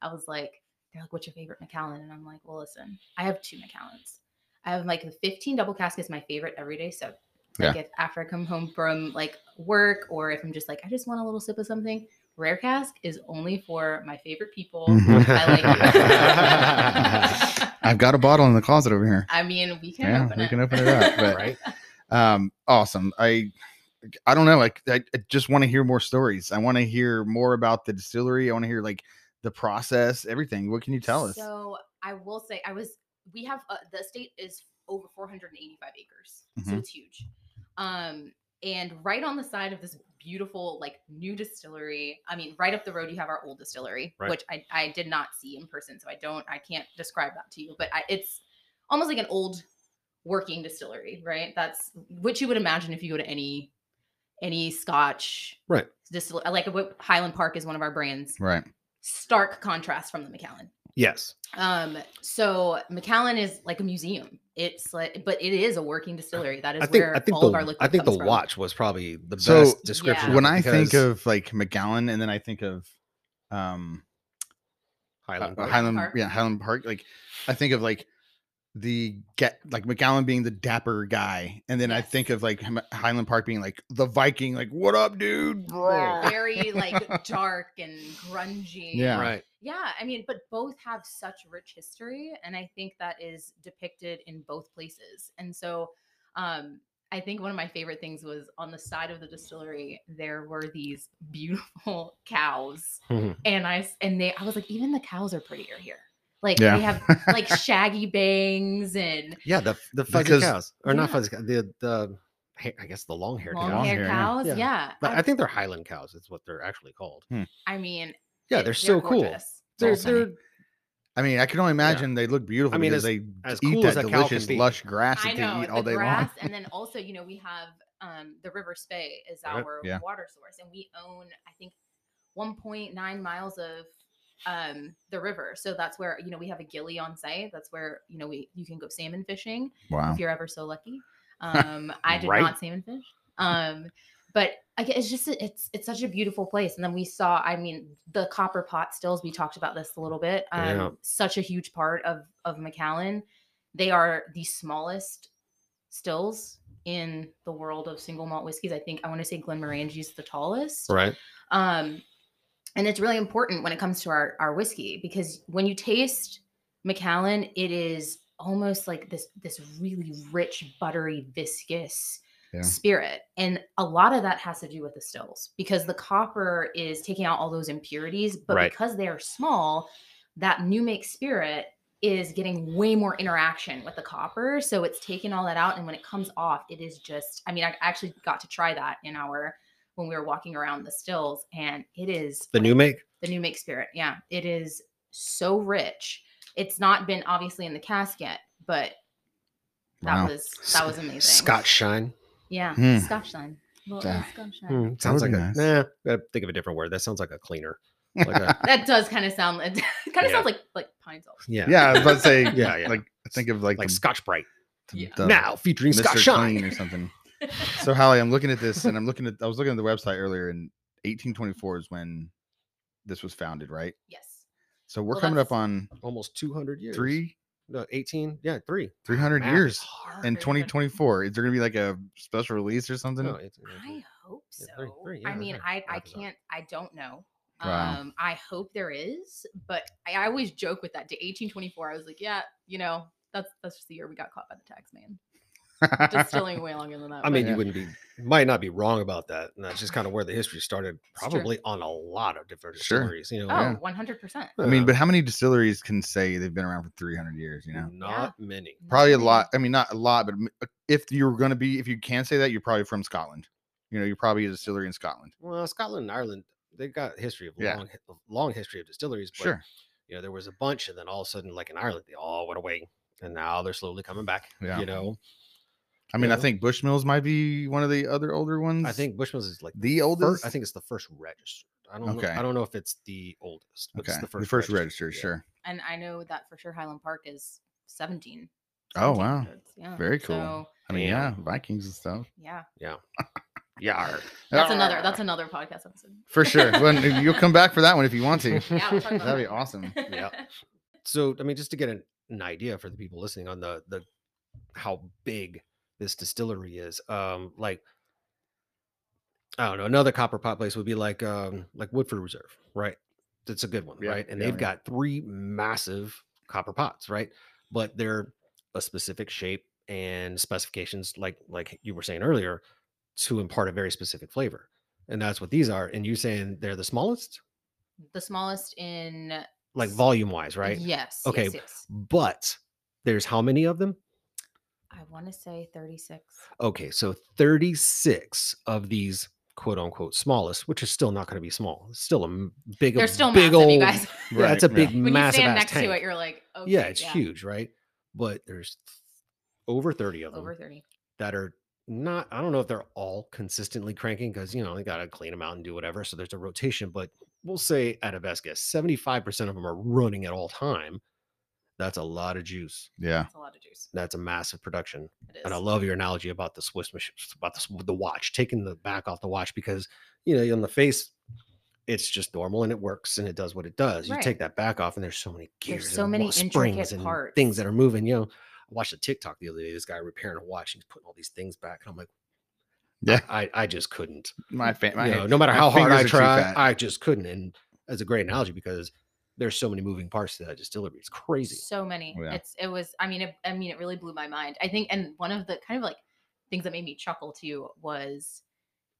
Speaker 3: I was like, they're like, "What's your favorite Macallan?" And I'm like, "Well, listen, I have two Macallans. I have like the 15 double cask is my favorite everyday sip. Like if after I come home from like work, or if I'm just like, I just want a little sip of something. Rare cask is only for my favorite people.
Speaker 1: Mhm.
Speaker 3: I like.
Speaker 1: I've got a bottle in the closet over here.
Speaker 3: I mean, we can
Speaker 1: Yeah,
Speaker 3: open
Speaker 1: we
Speaker 3: it.
Speaker 1: can open it up, but-
Speaker 2: right?
Speaker 1: um awesome i i don't know like i, I just want to hear more stories i want to hear more about the distillery i want to hear like the process everything what can you tell us
Speaker 3: So I will say, I was. We have uh, the estate is over 485 acres, so
Speaker 1: Mhm.
Speaker 3: it's huge. Um, and right on the side of this beautiful, like new distillery. I mean, right up the road, you have our old distillery,
Speaker 2: Right.
Speaker 3: which I I did not see in person, so I don't, I can't describe that to you. But I, it's almost like an old working distillery, right? That's what you would imagine if you go to any any Scotch
Speaker 2: Right.
Speaker 3: distill like what Highland Park is one of our brands.
Speaker 1: right
Speaker 3: Stark contrast from the Macallan.
Speaker 2: Yes.
Speaker 3: Um, so McAllen is like a museum. It's like, but it is a working distillery. That is
Speaker 2: I think
Speaker 3: where
Speaker 2: I think
Speaker 3: all
Speaker 2: the,
Speaker 3: of our liquid
Speaker 2: I think the
Speaker 3: comes from.
Speaker 2: watch was probably the
Speaker 1: So,
Speaker 2: best description.
Speaker 3: Yeah.
Speaker 2: of
Speaker 1: when
Speaker 2: it
Speaker 1: i think
Speaker 2: because
Speaker 1: of like mcgowan and then i think of um highland,
Speaker 2: Highland, Park,
Speaker 1: Uh, highland
Speaker 3: Park.
Speaker 1: yeah highland park like i think of like the get like mcgowan being the dapper guy and then i
Speaker 3: Yes.
Speaker 1: think of like Him- highland park being like the viking like what up dude Brr."
Speaker 3: very like dark and grungy.
Speaker 1: Yeah.
Speaker 2: right?
Speaker 3: Yeah, I mean, but both have such rich history, and I think that is depicted in both places. And so, um, I think one of my favorite things was on the side of the distillery there were these beautiful cows,
Speaker 2: Mhm.
Speaker 3: and I s- and they I was like, even the cows are prettier here. Like
Speaker 1: Yeah.
Speaker 3: they have like shaggy bangs and
Speaker 2: Yeah, the the fuzzy
Speaker 1: Because-
Speaker 2: cows or not
Speaker 3: Yeah.
Speaker 2: fuzzy cows, the the ha- I guess the long haired
Speaker 1: Long
Speaker 3: long
Speaker 2: cows.
Speaker 1: hair,
Speaker 3: hair
Speaker 1: yeah.
Speaker 3: cows.
Speaker 2: Yeah.
Speaker 3: Yeah,
Speaker 2: But
Speaker 3: I,
Speaker 2: I think they're Highland cows. Is what they're actually called.
Speaker 3: I mean,
Speaker 2: Yeah,
Speaker 3: it-
Speaker 2: they're, so cool.
Speaker 3: gorgeous.
Speaker 2: They're
Speaker 1: awesome.
Speaker 2: they're
Speaker 1: I mean, I can only imagine they look beautiful.
Speaker 2: I mean,
Speaker 1: because
Speaker 2: as-
Speaker 1: they
Speaker 2: as
Speaker 1: eat
Speaker 2: cool
Speaker 1: that
Speaker 2: as a cow can
Speaker 1: delicious,
Speaker 2: be.
Speaker 1: lush grass
Speaker 3: I
Speaker 1: that
Speaker 3: know
Speaker 1: they eat all
Speaker 3: the
Speaker 1: day
Speaker 3: grass,
Speaker 1: long.
Speaker 3: and then also you know we have um, the River Spey is
Speaker 2: Right,
Speaker 3: our
Speaker 1: yeah.
Speaker 3: water source, and we own I think 1.9 miles of um, the river. So that's where you know we have a gilly on site. That's where you know we you can go salmon fishing
Speaker 1: Wow.
Speaker 3: if you're ever so lucky. Um, I did
Speaker 2: Right.
Speaker 3: not salmon fish. Um, but I guess it's just a- it's it's such a beautiful place. And then we saw, I mean, the copper pot stills. We talked about this a little bit. Um,
Speaker 2: Yeah.
Speaker 3: Such a huge part of of McAllen. They are the smallest stills in the world of single malt whiskeys. I think I want to say Glenmorangie's the tallest.
Speaker 2: right.
Speaker 3: Um, and it's really important when it comes to our, our whiskey because when you taste Macallan, it is almost like this this really rich, buttery, viscous
Speaker 1: Yeah.
Speaker 3: spirit. And a lot of that has to do with the stills because the copper is taking out all those impurities, but
Speaker 2: Right.
Speaker 3: because they are small, that new make spirit is getting way more interaction with the copper. So it's taking all that out. And when it comes off, it is just, I mean, I actually got to try that in our when we were walking around the stills, and it is
Speaker 2: The new make.
Speaker 3: the new make spirit. Yeah, it is so rich. It's not been obviously in the cask yet, but that
Speaker 1: Wow.
Speaker 3: was that was amazing.
Speaker 2: Scotch shine.
Speaker 3: yeah,
Speaker 1: Hmm.
Speaker 3: Scotch line. Well,
Speaker 1: Yeah.
Speaker 3: Scotch line.
Speaker 2: Hmm, sounds
Speaker 1: would
Speaker 2: like
Speaker 1: be
Speaker 2: a
Speaker 1: nice.
Speaker 2: nah. gotta Think of a different word. That sounds like a cleaner. Like a,
Speaker 3: That does kind of sound like kind
Speaker 2: Yeah.
Speaker 3: of sounds like like pine salt.
Speaker 2: yeah.
Speaker 1: yeah, I was about to say.
Speaker 2: Yeah, yeah.
Speaker 1: Like I think of like,
Speaker 2: Like
Speaker 1: the-
Speaker 2: Scotch Brite.
Speaker 1: the-
Speaker 3: Yeah.
Speaker 1: the
Speaker 2: now featuring Scotch
Speaker 1: Mr. Clean
Speaker 2: Shine.
Speaker 1: or something. So Holly, I'm looking at this, and I'm looking at. I was looking at the website earlier, and 1824 is when this was founded, right?
Speaker 3: Yes.
Speaker 1: So we're
Speaker 3: Well,
Speaker 1: coming up
Speaker 3: that's-
Speaker 1: on
Speaker 2: Almost 200 years.
Speaker 1: three
Speaker 2: No, 18. Yeah, three.
Speaker 1: 300
Speaker 2: Math is
Speaker 1: years
Speaker 2: hard.
Speaker 1: in
Speaker 3: Very good.
Speaker 1: 2024. Is there gonna be like a special release or something?
Speaker 2: No, 18,
Speaker 3: I
Speaker 2: 19.
Speaker 3: hope
Speaker 2: Oh,
Speaker 3: so.
Speaker 2: Yeah, three- three, yeah,
Speaker 3: I mean,
Speaker 2: okay.
Speaker 3: I I
Speaker 2: Half is up.
Speaker 3: can't. I don't know.
Speaker 1: Wow.
Speaker 3: Um, I hope there is, but I, I always joke with that. To 1824, I was like, yeah, you know, that's that's just the year we got caught by the tax man.
Speaker 2: Oh,
Speaker 3: distilling way longer than that.
Speaker 2: I mean,
Speaker 1: Yeah.
Speaker 2: you wouldn't be might not be wrong about that. And that's just kind of where the history started,
Speaker 3: true.
Speaker 2: probably on a lot of different
Speaker 1: Sure.
Speaker 2: distilleries. You know,
Speaker 1: yeah.
Speaker 3: oh, 100%.
Speaker 1: I mean, but how many distilleries can say they've been around for 300 years? You know,
Speaker 2: not many.
Speaker 1: probably a
Speaker 3: Mhm.
Speaker 1: lot. I mean, not a lot, but m- uh, if you're going to be, if you can say that, you're probably from Scotland. You know, you're probably a distillery in Scotland.
Speaker 2: Well, Scotland and Ireland, they've got history of
Speaker 1: Yeah.
Speaker 2: long, hi- long history of distilleries. But,
Speaker 1: Sure.
Speaker 2: You know, there was a bunch, and then all of a sudden, like in Ireland, they all went away, and now they're slowly coming back.
Speaker 1: Yeah.
Speaker 2: You know,
Speaker 1: I mean, I
Speaker 2: yeah.
Speaker 1: think Bushmills might be one of the other older ones.
Speaker 2: I think Bushmills is like
Speaker 1: the
Speaker 2: fir-
Speaker 1: oldest.
Speaker 2: I think it's the first registered. I don't.
Speaker 1: Okay.
Speaker 2: Know, I don't know if it's the oldest, but
Speaker 1: okay.
Speaker 2: it's the first.
Speaker 1: register,
Speaker 2: yeah.
Speaker 1: sure.
Speaker 3: And I know that for sure Highland Park is 17.
Speaker 1: Oh, wow.
Speaker 3: 1700s, Yeah.
Speaker 1: Very cool.
Speaker 3: So,
Speaker 1: I mean, yeah,
Speaker 2: Damn.
Speaker 1: Vikings and stuff.
Speaker 3: yeah.
Speaker 2: Yar.
Speaker 3: That's another
Speaker 1: Arr!
Speaker 2: Ah.
Speaker 3: that's another podcast episode.
Speaker 1: for sure. When, you'll come back for that one if you want to.
Speaker 3: Yeah, we'll talk about
Speaker 1: That'd be
Speaker 3: that.
Speaker 1: awesome.
Speaker 2: Yeah. so i mean just to get an, an idea for the people listening on the the how big this distillery is um like i don't know another copper pot place would be like um like woodford reserve right that's a good one
Speaker 1: Yeah,
Speaker 2: right and
Speaker 1: yeah,
Speaker 2: they've
Speaker 1: yeah.
Speaker 2: got three massive copper pots right but they're a specific shape and specifications like like you were saying earlier to impart a very specific flavor and that's what these are and you saying they're the smallest
Speaker 3: The smallest in
Speaker 2: like volume wise right
Speaker 3: Yes.
Speaker 2: Okay.
Speaker 3: yes, yes.
Speaker 2: but there's how many of them?
Speaker 3: I want to say 36.
Speaker 2: Okay, so 36 of these quote unquote smallest, which is still not going to be small. It's still a m- big,
Speaker 3: They're still
Speaker 2: big
Speaker 3: massive,
Speaker 2: old.
Speaker 3: you guys.
Speaker 2: Yeah, it's a
Speaker 1: Right, yeah.
Speaker 2: big,
Speaker 3: when you
Speaker 2: massive
Speaker 3: stand
Speaker 2: ass
Speaker 3: next
Speaker 2: tank.
Speaker 3: to it, you're like, okay,
Speaker 2: yeah, it's huge, right? But there's over 30 of them
Speaker 3: Over 30.
Speaker 2: that are not. I don't know if they're all consistently cranking because you know they got to clean them out and do whatever. So there's a rotation, but we'll say at a best guess, 75 percent of them are running at all time. That's a lot of juice.
Speaker 1: Yeah.
Speaker 3: That's a lot of juice.
Speaker 2: That's a massive production.
Speaker 3: It is.
Speaker 2: and I love your analogy about the Swiss machine, about the, s- the watch, taking the back off the watch because you know on the face, it's just normal and it works and it does what it does. You
Speaker 3: Right.
Speaker 2: take that back off and there's so many
Speaker 3: There's
Speaker 2: gears,
Speaker 3: so
Speaker 2: and
Speaker 3: many
Speaker 2: wa-
Speaker 3: intricate
Speaker 2: and
Speaker 3: parts.
Speaker 2: things that are moving. You know, I watched a TikTok the other day. This guy repairing a watch and he's putting all these things back, and I'm like,
Speaker 1: Yeah.
Speaker 2: I I just couldn't.
Speaker 1: My fan.
Speaker 2: You know, no matter how hard I try,
Speaker 1: I,
Speaker 2: I just couldn't. And that's a great analogy because there's so many moving parts to that distillery. It's crazy. Oh,
Speaker 3: So many.
Speaker 1: Yeah.
Speaker 3: It's it was. I mean, it, I mean, it really blew my mind. I think, and one of the kind of like things that made me chuckle too was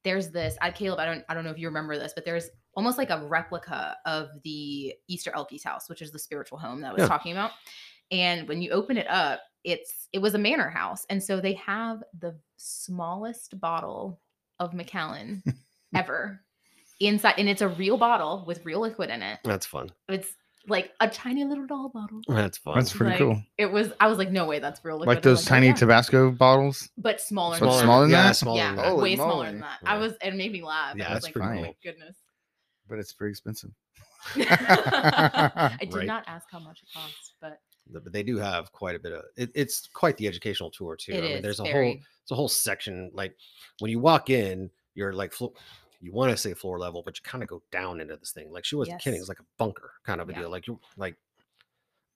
Speaker 3: there's this. I Caleb, I don't, I don't know if you remember this, but there's almost like a replica of the Easter Elkie's house, which is the spiritual home that I was
Speaker 2: Yeah.
Speaker 3: talking about. And when you open it up, it's it was a manor house, and so they have the smallest bottle of Macallan ever inside, and it's a real bottle with real liquid in it.
Speaker 2: That's fun.
Speaker 3: It's like a tiny little doll bottle.
Speaker 2: That's fun.
Speaker 1: That's pretty
Speaker 3: Like,
Speaker 1: cool.
Speaker 3: It was. I was like, no way, that's real. liquid."
Speaker 1: Like
Speaker 3: They're
Speaker 1: those tiny
Speaker 3: "Oh, yeah."
Speaker 1: Tabasco bottles.
Speaker 3: but smaller.
Speaker 1: But
Speaker 3: than
Speaker 1: smaller than
Speaker 3: that.
Speaker 2: yeah,
Speaker 1: that?
Speaker 2: Smaller
Speaker 3: yeah,
Speaker 2: than that.
Speaker 1: Holy
Speaker 3: way smaller than
Speaker 1: moly.
Speaker 3: that. I
Speaker 2: Yeah.
Speaker 3: was. It made me laugh.
Speaker 2: Yeah,
Speaker 3: I
Speaker 2: that's
Speaker 3: was like,
Speaker 2: pretty
Speaker 3: oh
Speaker 1: cool.
Speaker 3: my goodness.
Speaker 1: But it's pretty expensive.
Speaker 3: I did
Speaker 2: Right.
Speaker 3: not ask how much it costs, but
Speaker 2: th- but they do have quite a bit of it, it's quite the educational tour too.
Speaker 3: it is
Speaker 2: I mean, there's a
Speaker 3: very.
Speaker 2: whole it's a whole section like when you walk in, you're like flo- you want to say floor level, but you kind of go down into this thing. Like she wasn't kidding, it's
Speaker 3: Yes.
Speaker 2: like a bunker kind of a
Speaker 3: Yeah.
Speaker 2: deal. Like you like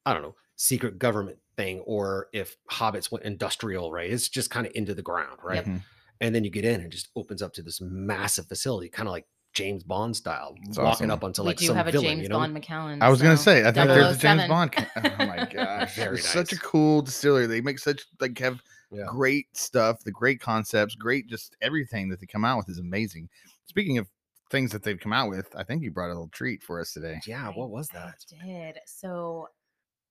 Speaker 2: I don't know secret government thing, or if hobbits went industrial, right? It's just kind of into the ground, right?
Speaker 1: Mhm.
Speaker 2: And then you get in and it just opens up to this massive facility, kind of like James Bond style,
Speaker 1: It's
Speaker 2: walking
Speaker 1: awesome.
Speaker 2: up onto
Speaker 3: we
Speaker 2: like
Speaker 3: do
Speaker 2: some
Speaker 3: have a
Speaker 2: villain,
Speaker 3: James
Speaker 2: you know?
Speaker 3: Bond McCallan.
Speaker 1: I was gonna
Speaker 3: so
Speaker 1: say, I think there's a James
Speaker 3: 007.
Speaker 1: Bond. ca- Oh my gosh,
Speaker 2: Very
Speaker 1: it's such a
Speaker 2: nice.
Speaker 1: cool distillery. They make such like have
Speaker 2: Yeah.
Speaker 1: great stuff, the great concepts, great just everything that they come out with is amazing. Speaking of things that they've come out with, I think you brought a little treat for us today.
Speaker 2: Yeah,
Speaker 3: I-
Speaker 2: what was
Speaker 3: I
Speaker 2: that?
Speaker 3: did. So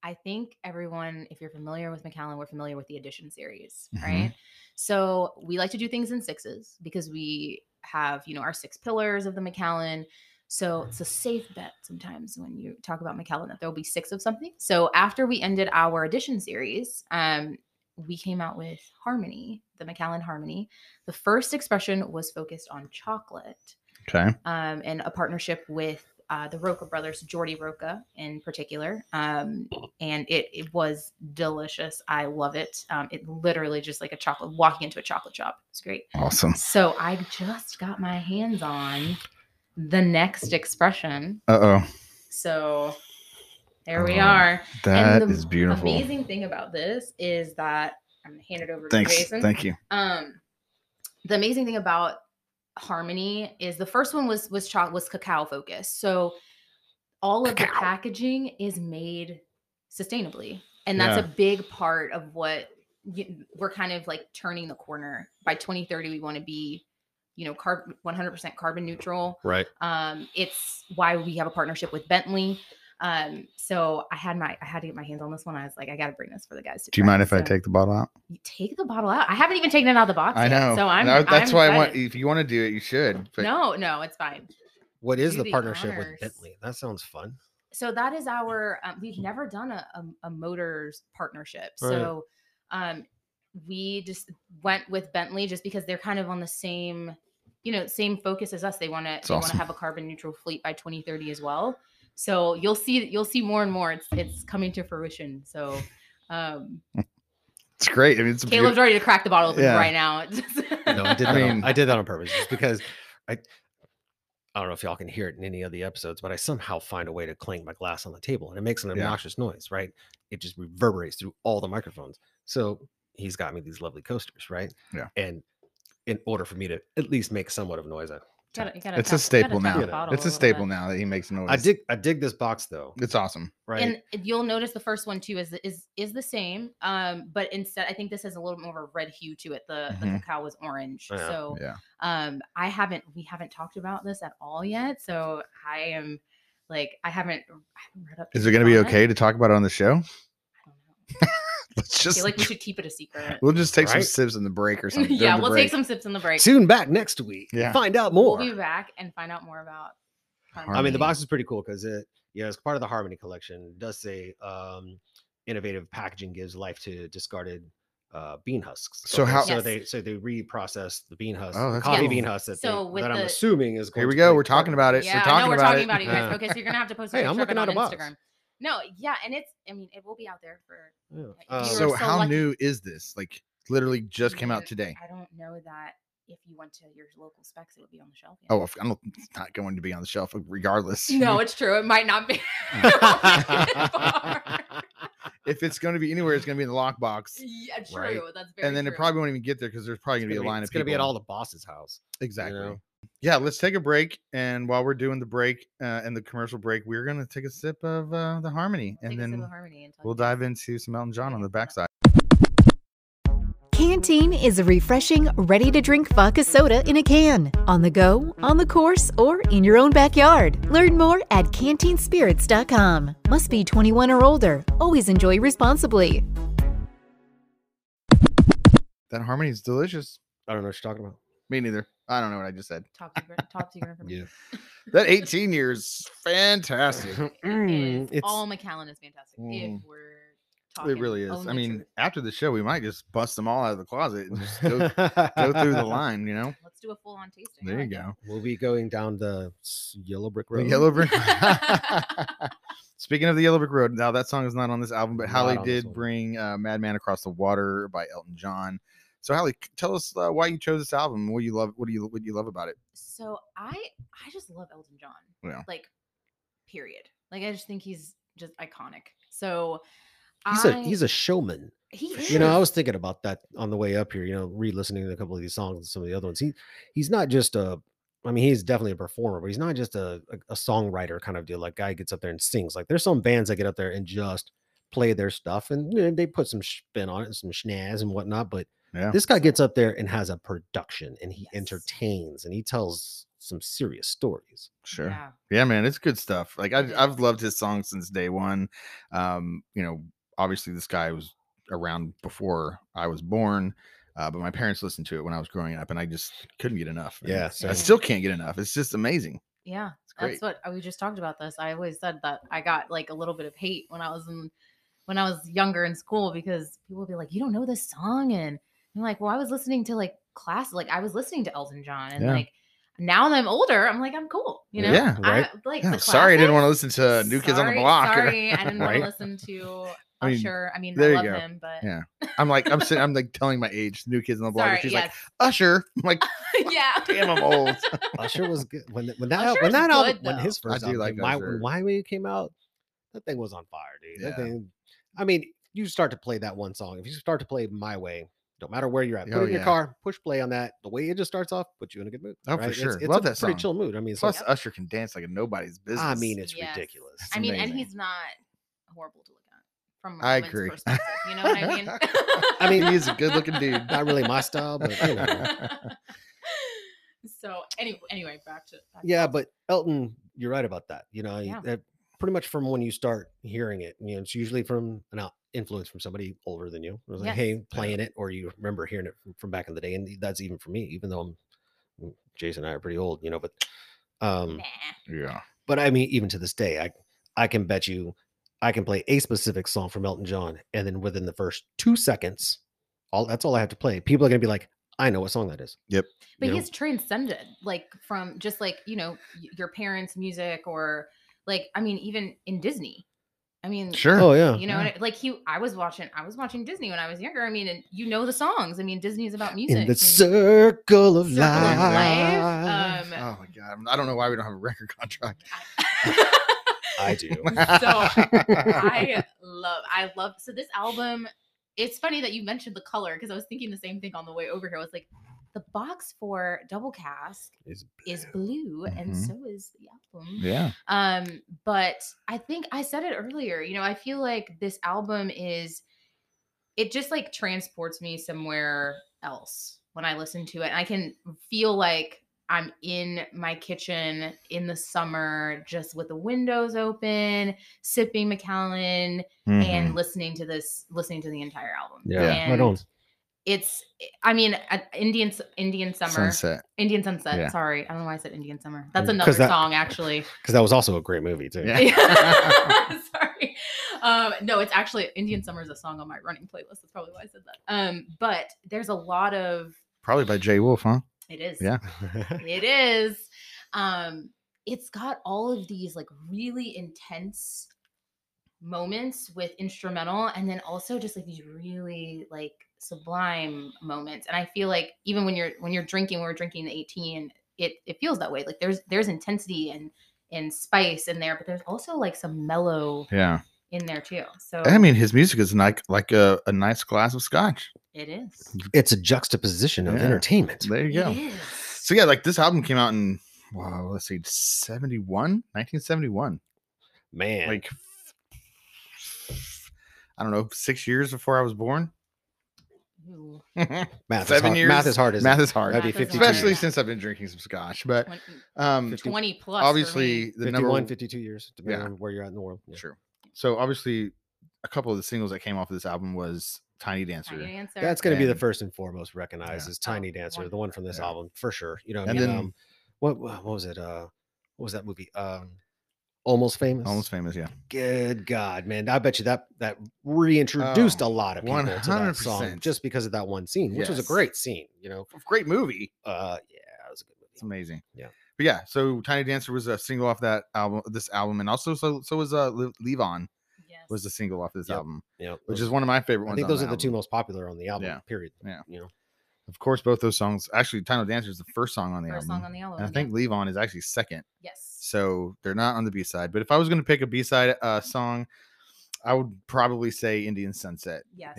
Speaker 3: I think everyone, if you're familiar with McAllen, we're familiar with the addition series,
Speaker 2: Mm-hmm.
Speaker 1: Mhm.
Speaker 3: right? So we like to do things in sixes because we have, you know, our six pillars of the McAllen. So it's a safe bet sometimes when you talk about McAllen that there'll be six of something. So after we ended our addition series, um, we came out with Harmony, the McAllen Harmony. The first expression was focused on chocolate
Speaker 1: Okay.
Speaker 3: um, and a partnership with uh, the Roca brothers, Jordy Roca in particular. Um, and it, it was delicious. I love it. Um, it literally just like a chocolate, walking into a chocolate shop. It's great.
Speaker 1: Awesome.
Speaker 3: So I just got my hands on the next expression.
Speaker 1: Uh oh.
Speaker 3: So there we
Speaker 1: Oh,
Speaker 3: are.
Speaker 1: that is
Speaker 3: the
Speaker 1: beautiful.
Speaker 3: Amazing thing about this is that I'm going to hand it over to
Speaker 1: Thanks.
Speaker 3: Jason.
Speaker 1: Thank you.
Speaker 3: Um, the amazing thing about harmony is the first one was was chocolate was cacao focused. So all of
Speaker 2: Cacao.
Speaker 3: the packaging is made sustainably, and that's a big part of what y- we're kind of like turning the corner. By 2030, we want to be, you know, carbon 100% carbon neutral.
Speaker 2: Right.
Speaker 3: Um, it's why we have a partnership with Bentley. Um, so I had my I had to get my hands on this one. I was like, I got to bring this for the guys. To
Speaker 1: Do you mind
Speaker 3: try.
Speaker 1: if I
Speaker 3: So-
Speaker 1: take the bottle out?
Speaker 3: You take the bottle out? I haven't even taken it out of the box.
Speaker 1: I
Speaker 3: yet,
Speaker 1: know.
Speaker 3: So I'm.
Speaker 1: And I- that's
Speaker 3: I'm
Speaker 1: why I want.
Speaker 3: excited.
Speaker 1: If you want to do it, you should. But
Speaker 3: No, no, it's fine.
Speaker 2: What is
Speaker 3: Do
Speaker 2: the
Speaker 3: the
Speaker 2: partnership
Speaker 3: honors.
Speaker 2: with Bentley? That sounds fun.
Speaker 3: so that is our um, we've never done a, um, a, a motors partnership
Speaker 2: Right.
Speaker 3: so um we just went with bentley just because they're kind of on the same you know same focus as us they want to
Speaker 1: It's
Speaker 3: they want
Speaker 1: awesome.
Speaker 3: to have a carbon neutral fleet by 2030 as well so you'll see you'll see more and more it's it's coming to fruition so um
Speaker 1: it's great. I mean, it's a
Speaker 3: caleb's
Speaker 1: beautiful-
Speaker 3: ready to crack the bottle open
Speaker 1: Yeah.
Speaker 3: right now
Speaker 2: No, I did.
Speaker 1: I
Speaker 2: That
Speaker 1: mean-
Speaker 2: on, I did that on purpose, just because I. I don't know if y'all can hear it in any of the episodes, but I somehow find a way to clang my glass on the table, and it makes an
Speaker 1: Yeah.
Speaker 2: obnoxious noise. Right? It just reverberates through all the microphones. So he's got me these lovely coasters, right?
Speaker 1: Yeah.
Speaker 2: And in order for me to at least make somewhat of noise, I,
Speaker 3: You gotta- you gotta
Speaker 1: it's a
Speaker 3: tap- you gotta
Speaker 1: staple
Speaker 3: tap
Speaker 1: now.
Speaker 3: the bottle
Speaker 1: It's a
Speaker 3: little
Speaker 1: staple
Speaker 3: bit.
Speaker 1: now that he makes noise.
Speaker 2: I dig. I dig this box though.
Speaker 1: It's awesome.
Speaker 2: Right?
Speaker 3: And you'll notice the first one too is the- is is the same, um, but instead I think this has a little more of a red hue to it. The the
Speaker 1: Mhm.
Speaker 3: cacao was orange,
Speaker 2: Yeah.
Speaker 3: so
Speaker 1: Yeah.
Speaker 3: um, I haven't we haven't talked about this at all yet. So I am like I haven't, I haven't read up.
Speaker 1: Is
Speaker 3: too
Speaker 1: it going to
Speaker 3: much
Speaker 1: be
Speaker 3: on
Speaker 1: okay to talk about it on the show?
Speaker 3: I don't know.
Speaker 1: Let's
Speaker 3: I
Speaker 1: just
Speaker 3: feel like we should keep it a secret.
Speaker 1: we'll just take some
Speaker 2: Right?
Speaker 1: sips in the break or something.
Speaker 3: yeah,
Speaker 1: during the
Speaker 3: we'll
Speaker 1: break.
Speaker 3: take some sips in the break.
Speaker 2: Soon back next week. and
Speaker 1: Yeah.
Speaker 2: Find out more.
Speaker 3: We'll be back and find out more about.
Speaker 1: I
Speaker 2: I mean,
Speaker 3: harmony.
Speaker 2: the box is pretty cool because it, yeah, it's part of the Harmony collection. It does say um, innovative packaging gives life to discarded uh, bean husks.
Speaker 1: So how-
Speaker 2: So
Speaker 3: Yes.
Speaker 2: they so they reprocess the bean husk,
Speaker 1: Oh,
Speaker 2: the
Speaker 1: that's
Speaker 2: coffee
Speaker 1: cool.
Speaker 2: bean husk that, they-
Speaker 3: So with
Speaker 2: that I'm
Speaker 3: the-
Speaker 2: assuming is.
Speaker 1: Here
Speaker 2: going
Speaker 1: we
Speaker 2: to
Speaker 1: go.
Speaker 2: make
Speaker 1: We're talking about it.
Speaker 3: Yeah,
Speaker 1: we're
Speaker 3: I
Speaker 1: talking
Speaker 3: know we're
Speaker 1: about
Speaker 3: talking
Speaker 1: it.
Speaker 3: about it, you guys.
Speaker 2: Yeah.
Speaker 3: Okay, so you're gonna have to post. a
Speaker 2: Hey, I'm
Speaker 3: picture
Speaker 2: looking
Speaker 3: of it
Speaker 2: at a
Speaker 3: on
Speaker 2: box.
Speaker 3: Instagram. No, yeah, and it's. I mean, it will be out there for
Speaker 2: Yeah.
Speaker 3: You
Speaker 2: Uh,
Speaker 3: were
Speaker 1: so
Speaker 3: so
Speaker 1: how
Speaker 3: lucky.
Speaker 1: new is this? Like literally just came out
Speaker 3: Mm,
Speaker 1: today.
Speaker 3: I don't know that if you went to your local specs, it would be on the shelf. yet.
Speaker 1: Oh, if- I'm it's not going to be on the shelf regardless.
Speaker 3: no, it's true. It might not be.
Speaker 1: if it's going to be anywhere, it's going to be in the lockbox,
Speaker 3: yeah, true.
Speaker 2: Right.
Speaker 3: That's very.
Speaker 1: and then
Speaker 3: true.
Speaker 1: it probably won't even get there because there's probably
Speaker 2: It's
Speaker 1: going to be a line
Speaker 2: It's
Speaker 1: of people.
Speaker 2: gonna be at all the boss's house.
Speaker 1: Exactly.
Speaker 2: know?
Speaker 1: Yeah, let's take a break. And while we're doing the break uh, and the commercial break, we're going to take a sip of uh, the Harmony, and
Speaker 3: Take a sip of
Speaker 1: then
Speaker 3: harmony and talk
Speaker 1: we'll
Speaker 3: to you
Speaker 1: dive
Speaker 3: guys.
Speaker 1: into some Elton John on the backside.
Speaker 4: Canteen is a refreshing, ready to drink vodka soda in a can. On the go, on the course, or in your own backyard. Learn more at CanteenSpirits.com. Must be 21 or older. Always enjoy responsibly.
Speaker 1: That Harmony is delicious.
Speaker 2: I don't know what you're talking about.
Speaker 1: Me neither. I don't know what I just said.
Speaker 3: Top secret. Top secret. information.
Speaker 1: That 18 years, fantastic.
Speaker 2: Mm,
Speaker 3: It is-
Speaker 2: it's-
Speaker 3: all McAllen is fantastic.
Speaker 1: Mm.
Speaker 3: If we're talking,
Speaker 1: It really is. I
Speaker 3: only
Speaker 1: mean,
Speaker 3: truth.
Speaker 1: after the show, we might just bust them all out of the closet and just go, go through the line, you know?
Speaker 3: let's do a full on tasting. I
Speaker 1: There you
Speaker 3: like it.
Speaker 1: go.
Speaker 2: We'll be going down the s- yellow brick road.
Speaker 1: The Yellow Brick. Speaking of the Yellow Brick Road, now that song is not on this album, but
Speaker 2: Not
Speaker 1: Hallie
Speaker 2: on this
Speaker 1: did
Speaker 2: one.
Speaker 1: bring uh, "Madman Across the Water" by Elton John. So Hallie, c- tell us uh, why you chose this album. What you love? What do you what you love about it?
Speaker 3: so i i just love elton john
Speaker 1: Yeah.
Speaker 3: like period like i just think he's just iconic so
Speaker 2: He's
Speaker 3: I,
Speaker 2: a he's a showman.
Speaker 3: he is.
Speaker 2: You know, I was thinking about that on the way up here. You know, re-listening to a couple of these songs and some of the other ones. He he's not just a. I mean, he's definitely a performer, but he's not just a a, a songwriter kind of deal. Like guy gets up there and sings. Like there's some bands that get up there and just play their stuff, and you know, they put some spin on it, and some schnaz and whatnot. But
Speaker 1: Yeah.
Speaker 2: this guy gets up there and has a production, and he
Speaker 3: Yes.
Speaker 2: entertains, and he tells some serious stories.
Speaker 1: Sure. Yeah,
Speaker 3: yeah
Speaker 1: man, it's good stuff. Like I,
Speaker 3: It
Speaker 1: I've
Speaker 3: is.
Speaker 1: loved his songs since day one. Um, you know, obviously this guy was around before I was born. Uh, but my parents listened to it when I was growing up, and I just couldn't get enough. and
Speaker 2: Yeah,
Speaker 1: I
Speaker 2: same.
Speaker 1: still can't get enough. It's just amazing.
Speaker 3: yeah
Speaker 1: It's great.
Speaker 3: that's what I- we just talked about this i always said that i got like a little bit of hate when i was in when i was younger in school because people would be like you don't know this song and i'm like well i was listening to like class like i was listening to elton john and
Speaker 1: Yeah.
Speaker 3: like now that i'm older i'm like i'm cool you know
Speaker 1: Yeah,
Speaker 2: right.
Speaker 3: I, like
Speaker 1: Yeah,
Speaker 3: the
Speaker 1: sorry, I didn't
Speaker 3: classics,
Speaker 1: want to listen to New Kids on the
Speaker 3: Sorry-
Speaker 1: Block. or-
Speaker 3: Sorry, I didn't
Speaker 2: Right?
Speaker 3: want to listen to
Speaker 1: I mean,
Speaker 3: Usher. I mean,
Speaker 1: there you
Speaker 3: I love
Speaker 1: go.
Speaker 3: him, but
Speaker 1: Yeah. I'm like, I'm sitting, I'm like telling my age, new kids on the block. and
Speaker 3: sorry,
Speaker 1: she's like,
Speaker 3: yes,
Speaker 1: Usher. I'm like,
Speaker 3: yeah.
Speaker 1: damn, I'm old.
Speaker 2: Usher was good when th- when that al-
Speaker 3: Usher
Speaker 2: when
Speaker 3: is
Speaker 2: that album
Speaker 3: good,
Speaker 2: when
Speaker 3: though.
Speaker 2: his
Speaker 1: I
Speaker 2: first
Speaker 1: do
Speaker 2: album
Speaker 1: like
Speaker 2: came- my,
Speaker 1: Usher.
Speaker 2: when My Way came out, that thing was on fire, dude. That
Speaker 1: Yeah.
Speaker 2: thing. I mean, you start to play that one song. If you start to play My Way, no matter where you're at, put
Speaker 1: Oh,
Speaker 2: it in
Speaker 1: yeah.
Speaker 2: your car, push play on that. The way it just starts off, puts you in a good mood.
Speaker 1: Oh, for
Speaker 2: right?
Speaker 1: sure.
Speaker 2: It's, it's
Speaker 1: Love
Speaker 2: a
Speaker 1: that
Speaker 2: pretty
Speaker 1: song.
Speaker 2: chill mood. I mean, so
Speaker 1: Plus, Usher can dance like nobody's business.
Speaker 2: I mean, it's
Speaker 3: Yes.
Speaker 2: ridiculous.
Speaker 3: I mean, and
Speaker 1: amazing.
Speaker 3: he's not horrible to look at. from
Speaker 1: I
Speaker 3: woman's
Speaker 1: agree.
Speaker 3: perspective, You know what I mean?
Speaker 2: I mean,
Speaker 1: he is a good-looking dude.
Speaker 2: Not really my style, but you know.
Speaker 3: so anyway, anyway, back to back to
Speaker 2: yeah.
Speaker 3: Elton.
Speaker 2: But Elton, you're right about that. You know,
Speaker 3: Yeah.
Speaker 2: that pretty much from when you start hearing it, you know, it's usually from an out- influence from somebody older than you. It was like,
Speaker 3: Yes.
Speaker 2: hey, playing it, or you remember hearing it from, from back in the day, and e, that's even for me, even though I'm mm, Jason and I are pretty old, you know. But um,
Speaker 3: Nah.
Speaker 1: Yeah.
Speaker 2: but I mean, even to this day, I I can bet you I can play a specific song from Elton John, and then within the first two seconds, all that's all I have to play. People are gonna be like, I know what song that is.
Speaker 3: but
Speaker 2: you know?
Speaker 3: he's transcended like from just like you know y- your parents music or like i mean even in disney i mean
Speaker 1: Sure.
Speaker 2: Oh yeah,
Speaker 3: you know
Speaker 1: yeah.
Speaker 3: and it- like he i was watching i was watching disney when i was younger i mean and you know the songs i mean disney is about music
Speaker 2: in the
Speaker 3: and-
Speaker 2: circle of
Speaker 3: Circle of
Speaker 2: life. Uh,
Speaker 3: life, um,
Speaker 1: oh my god! I don't know why we don't have a record contract.
Speaker 2: I do.
Speaker 3: i love i love so this album it's funny that you mentioned the color because i was thinking the same thing on the way over here i was like the box for double cask
Speaker 2: Is
Speaker 3: is blue and
Speaker 1: Mhm.
Speaker 3: so is the album
Speaker 1: yeah.
Speaker 3: Um, but I think I said it earlier, you know, I feel like this album is it just like transports me somewhere else when I listen to it. I can feel like I'm in my kitchen in the summer, just with the windows open, sipping McAllen
Speaker 1: Mm-hmm.
Speaker 3: and listening to this, listening to the entire album.
Speaker 2: Yeah,
Speaker 1: Yeah.
Speaker 2: right on.
Speaker 3: And It's, I mean, a- Indian s- Indian summer,
Speaker 1: Sunset.
Speaker 3: Indian sunset.
Speaker 1: Yeah.
Speaker 3: Sorry, I don't know why I said Indian summer. That's
Speaker 2: 'Cause
Speaker 3: another
Speaker 2: that-
Speaker 3: song, actually.
Speaker 2: because that was also a great movie too.
Speaker 1: Yeah.
Speaker 3: Sorry. Um, no, it's actually Indian Summer is a song on my running playlist. That's probably why I said that. Um, but there's a lot of
Speaker 1: Probably by Jay Wolf, huh?
Speaker 3: it is.
Speaker 1: Yeah.
Speaker 3: It is. Um, it's got all of these like really intense moments with instrumental and then also just like these really like sublime moments. And I feel like even when you're when you're drinking, when we're drinking the 18, it it feels that way. Like there's there's intensity and and spice in there, but there's also like some mellow
Speaker 1: Yeah.
Speaker 3: in there too. So
Speaker 1: I mean, his music is like like a, a nice glass of scotch.
Speaker 3: it is.
Speaker 2: it's a juxtaposition of
Speaker 1: Yeah.
Speaker 2: entertainment.
Speaker 1: There you go.
Speaker 3: It is.
Speaker 1: So yeah, like this album came out in wow, let's see, 71, 1971.
Speaker 2: Man,
Speaker 1: Like I don't know, six years before I was born.
Speaker 3: Ooh,
Speaker 2: math,
Speaker 1: seven
Speaker 2: is hard. math
Speaker 1: years-
Speaker 2: is hard. Isn't
Speaker 1: Math
Speaker 2: it?
Speaker 1: is hard,
Speaker 2: That'd be
Speaker 3: Math is
Speaker 2: 52
Speaker 3: hard.
Speaker 1: especially
Speaker 2: years.
Speaker 1: since I've been drinking some scotch. But
Speaker 3: 20,
Speaker 1: um,
Speaker 3: 20 plus. for me.
Speaker 1: obviously the number
Speaker 2: 51,
Speaker 1: one.
Speaker 2: 52 years, depending
Speaker 1: Yeah.
Speaker 2: on where you're at in the world. Yeah.
Speaker 1: True. So obviously, a couple of the singles that came off of this album was "Tiny Dancer,"
Speaker 3: Tiny answer.
Speaker 2: That's going to be the
Speaker 1: And-
Speaker 2: first and foremost recognized
Speaker 1: Yeah.
Speaker 2: as Tiny
Speaker 3: Oh,
Speaker 2: Dancer, the one from this
Speaker 1: Yeah.
Speaker 2: album for sure. You know, what I
Speaker 1: And
Speaker 2: mean?
Speaker 1: then-
Speaker 2: um, what wha- what was it? Uh, what was that movie? Um, Almost Famous.
Speaker 1: almost famous. Yeah,
Speaker 2: Good God, man! I bet you that that reintroduced
Speaker 1: Oh,
Speaker 2: a lot of people to that song
Speaker 1: 100%.
Speaker 2: just because of that one scene, which was a
Speaker 1: Yes.
Speaker 2: great scene. You know,
Speaker 1: great movie.
Speaker 2: uh, yeah, that was a good
Speaker 1: It's
Speaker 2: movie.
Speaker 1: amazing.
Speaker 2: Yeah.
Speaker 1: But yeah, so Tiny Dancer was a single off that album, this album, and also so so was uh Live, Leave On
Speaker 3: Yes.
Speaker 1: was the single off this
Speaker 2: Yep.
Speaker 1: album,
Speaker 2: Yeah,
Speaker 1: which
Speaker 2: those-
Speaker 1: is one of my favorite
Speaker 2: I
Speaker 1: ones.
Speaker 2: think
Speaker 1: on
Speaker 2: those are the two
Speaker 1: album.
Speaker 2: most popular on the album.
Speaker 1: Yeah.
Speaker 2: Period.
Speaker 1: Yeah.
Speaker 2: You know,
Speaker 1: Of course, both those songs. Actually, Tiny Dancer is the first song on the album,
Speaker 3: first song on the album.
Speaker 1: and I
Speaker 3: yeah.
Speaker 1: think Leave On is actually second.
Speaker 3: yes.
Speaker 1: so they're not on the B side. But if I was going to pick a B side uh, song, I would probably say "Indian Sunset."
Speaker 3: Yes.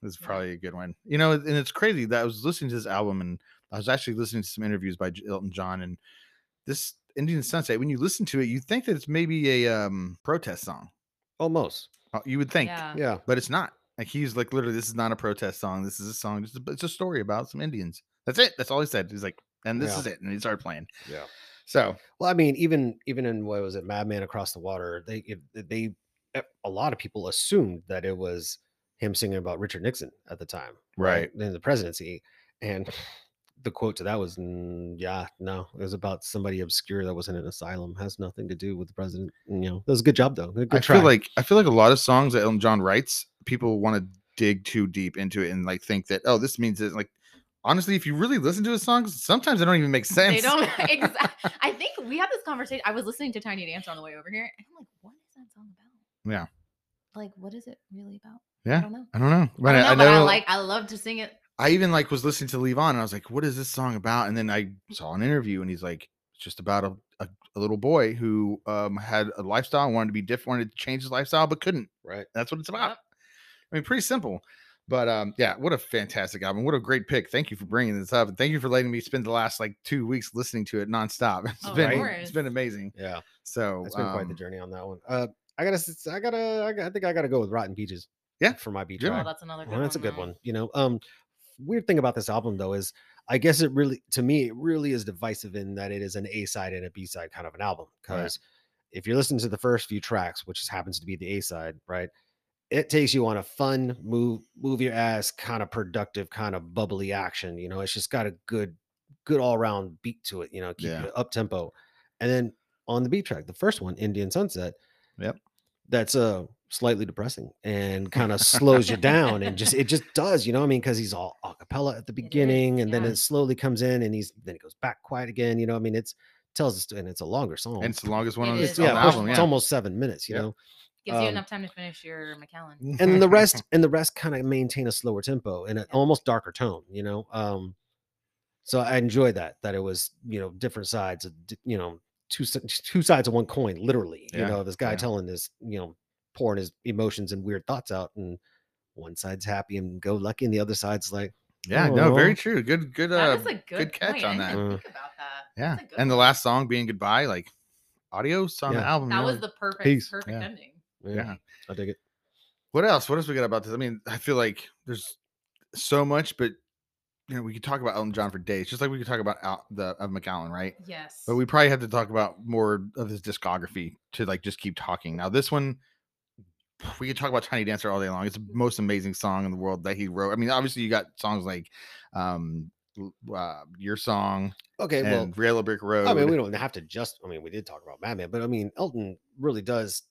Speaker 1: This is
Speaker 3: Yeah.
Speaker 1: probably a good one. You know, and it's crazy that I was listening to this album and I was actually listening to some interviews by J- Elton John and this Indian Sunset. When you listen to it, you think that it's maybe a um, protest song.
Speaker 2: almost.
Speaker 1: Uh, You would think,
Speaker 3: Yeah.
Speaker 2: Yeah.
Speaker 1: but it's not. Like he's like literally, this is not a protest song. This is a song. It's a, it's a story about some Indians. That's it. That's all he said. He's like, and this
Speaker 2: Yeah.
Speaker 1: is it. And he started playing.
Speaker 2: Yeah.
Speaker 1: So
Speaker 2: Well, I mean, even even in what was it, Madman Across the Water? They it- they eh, a lot of people assumed that it was him singing about Richard Nixon at the time, in the presidency, and the quote to that was, "Mm, "Yeah, no, it was about somebody obscure that was in an asylum, has nothing to do with the president." You know, that was a good job though. Good
Speaker 1: I
Speaker 2: try.
Speaker 1: feel like I feel like a lot of songs that Elton John writes, people want to dig too deep into it and like think that oh, this means it. Like honestly, if you really listen to his songs, sometimes they don't even make sense.
Speaker 3: They don't. Exactly. I think we had this conversation. I was listening to Tiny Dancer on the way over here, and I'm like, "What is that song about?"
Speaker 1: Yeah.
Speaker 3: Like, what is it really about? I
Speaker 1: Yeah.
Speaker 3: don't know.
Speaker 1: I don't know.
Speaker 3: I,
Speaker 1: But
Speaker 3: don't know,
Speaker 1: I,
Speaker 3: but I
Speaker 1: know-
Speaker 3: like. I love to sing it.
Speaker 1: I even like was listening to Leave On and I was like, what is this song about? And then I saw an interview and he's like, it's just about a, a, a little boy who um had a lifestyle, wanted to be different, wanted to change his lifestyle, but couldn't.
Speaker 2: right.
Speaker 1: That's what it's about.
Speaker 3: Yep.
Speaker 1: I mean, pretty simple. But um, yeah, what a fantastic album! What a great pick! Thank you for bringing this up, and thank you for letting me spend the last like two weeks listening to it nonstop. It's
Speaker 3: Oh, of
Speaker 1: been it's
Speaker 3: course.
Speaker 1: been amazing.
Speaker 2: Yeah,
Speaker 1: So
Speaker 2: it's been quite the
Speaker 1: um,
Speaker 2: journey on that one. Uh, I gotta, s- I gotta, I gotta, I think I gotta go with Rotten Peaches.
Speaker 1: Yeah,
Speaker 2: for my beach.
Speaker 1: yeah.
Speaker 2: rock.
Speaker 3: Oh, that's another. Good
Speaker 2: Well, that's a
Speaker 3: one,
Speaker 2: good
Speaker 3: right?
Speaker 2: one. You know, um, weird thing about this album though is I guess it really, to me, it really is divisive in that it is an A side and a B side kind of an album.
Speaker 1: Right.
Speaker 2: Because if you're listening to the first few tracks, which happens to be the A side, right, it takes you on a fun move, move your ass kind of productive, kind of bubbly action. You know, it's just got a good, good all round beat to it. You know, keep
Speaker 1: Yeah.
Speaker 2: you up tempo, and then on the beat track, the first one, Indian Sunset.
Speaker 1: Yep.
Speaker 2: That's uh slightly depressing and kind of slows you down and just it just does, you know. what I mean, because he's all a cappella at the beginning and then
Speaker 3: yeah.
Speaker 2: it slowly comes in and he's then it goes back quiet again. You know, what I mean, it's tells us and it's a longer song.
Speaker 1: and it's the longest one
Speaker 3: It
Speaker 1: on
Speaker 3: is.
Speaker 1: this
Speaker 2: yeah,
Speaker 1: on the
Speaker 2: almost-
Speaker 1: album.
Speaker 2: it's
Speaker 1: yeah.
Speaker 2: almost seven minutes, you
Speaker 1: Yep.
Speaker 2: know.
Speaker 3: Gives you
Speaker 2: Um,
Speaker 3: enough time to finish your McAllen.
Speaker 2: And then the rest and the rest kind of maintain a slower tempo and an
Speaker 3: Yeah.
Speaker 2: almost darker tone, you know. Um, so I enjoyed that that it was you know different sides of di- you know two si- two sides of one coin, literally.
Speaker 1: Yeah,
Speaker 2: You know, this guy
Speaker 1: yeah.
Speaker 2: telling his you know pouring his emotions and weird thoughts out, and one side's happy and go lucky, and the other side's like,
Speaker 1: yeah, no, very
Speaker 2: Aw.
Speaker 1: true. Good, good.
Speaker 3: That
Speaker 1: Uh,
Speaker 3: is a good,
Speaker 1: catch
Speaker 3: point.
Speaker 1: on
Speaker 3: I didn't
Speaker 2: that.
Speaker 3: Think about that.
Speaker 1: yeah,
Speaker 3: That's a good
Speaker 1: and the
Speaker 3: one.
Speaker 1: last song being goodbye, like adios on the
Speaker 2: Yeah.
Speaker 1: album. you
Speaker 3: That
Speaker 1: know,
Speaker 3: was
Speaker 1: like-
Speaker 3: the perfect,
Speaker 1: Peace.
Speaker 3: perfect
Speaker 1: Yeah.
Speaker 3: ending.
Speaker 2: yeah,
Speaker 1: yeah.
Speaker 2: "Eh, I dig it.
Speaker 1: What else? What else we got about this? I mean, I feel like there's so much, but you know, we could talk about Elton John for days, just like we could talk about Al- the of McAllen, right?
Speaker 3: Yes.
Speaker 1: But we probably have to talk about more of his discography to like just keep talking. Now, this one, we could talk about Tiny Dancer all day long. It's the most amazing song in the world that he wrote. I mean, obviously, you got songs like um, l- uh, Your Song
Speaker 2: Okay, well,
Speaker 1: and Rail Brick Road.
Speaker 2: I mean, we don't have to just. I mean, we did talk about Madman, but I mean, Elton really does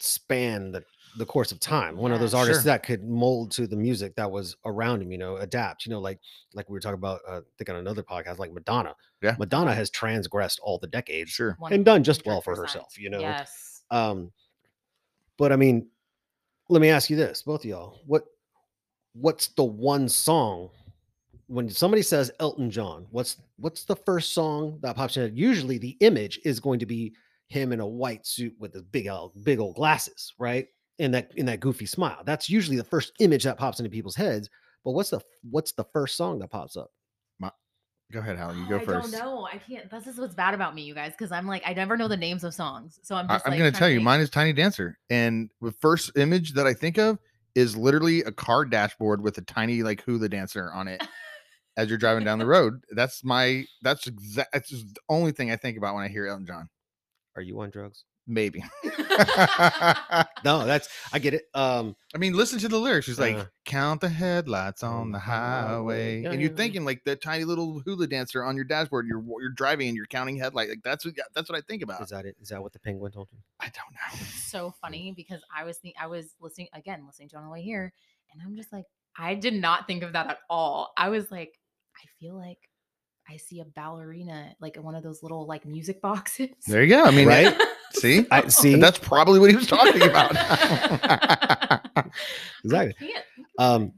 Speaker 2: span the the course of time. One of those
Speaker 3: Yeah.
Speaker 2: artists
Speaker 1: Sure.
Speaker 2: that could mold to the music that was around him. You know, adapt. You know, like like we were talking about. Uh, I think on another podcast, like Madonna.
Speaker 1: Yeah.
Speaker 2: Madonna has transgressed all the decades
Speaker 1: sure.
Speaker 2: and done just well for herself. You know.
Speaker 3: Yes.
Speaker 2: Um, but I mean, let me ask you this, both of y'all. What what's the one song when somebody says Elton John? What's what's the first song that pops in? your head? Usually, the image is going to be him in a white suit with the big old big old glasses, right? And that in that goofy smile. That's usually the first image that pops into people's heads. But what's the what's the first song that pops up?
Speaker 1: Go ahead, Hallie. You
Speaker 3: Oh,
Speaker 1: go
Speaker 3: I
Speaker 1: first.
Speaker 3: don't know. I can't. This is what's bad about me, you guys, because I'm like I never know the names of songs. So I'm
Speaker 1: I,
Speaker 3: just.
Speaker 1: I'm
Speaker 3: like,
Speaker 1: going
Speaker 3: trying
Speaker 1: to tell you,
Speaker 3: think.
Speaker 1: mine is Tiny Dancer. And the first image that I think of is literally a car dashboard with a tiny like hula dancer on it as you're driving down the road. That's my that's exact that's just the only thing I think about when I hear Elton John.
Speaker 2: Are you on drugs?
Speaker 1: Maybe.
Speaker 3: I
Speaker 1: I
Speaker 2: No, that's I get it. Um,
Speaker 1: mean, listen to the lyrics. She's like,
Speaker 2: Uh,
Speaker 1: count the headlights on the highway.
Speaker 2: Yeah,
Speaker 1: and you're
Speaker 2: yeah, yeah.
Speaker 1: thinking like the tiny little hula dancer on your dashboard. You're you're driving and you're counting headlight. Like that's what that's what I think about.
Speaker 2: is that it? Is that what the penguin told you?
Speaker 1: I don't know.
Speaker 3: so funny because I was think I was listening again, listening to it on the way here, and I'm just like, I did not think of that at all. I was like, I feel like I see a ballerina, like in one of those little like music boxes.
Speaker 1: There you go. I mean,
Speaker 2: Right?
Speaker 1: see?
Speaker 2: I see.
Speaker 1: And that's probably what he was talking about.
Speaker 2: Exactly.
Speaker 3: I can't think of
Speaker 2: Um,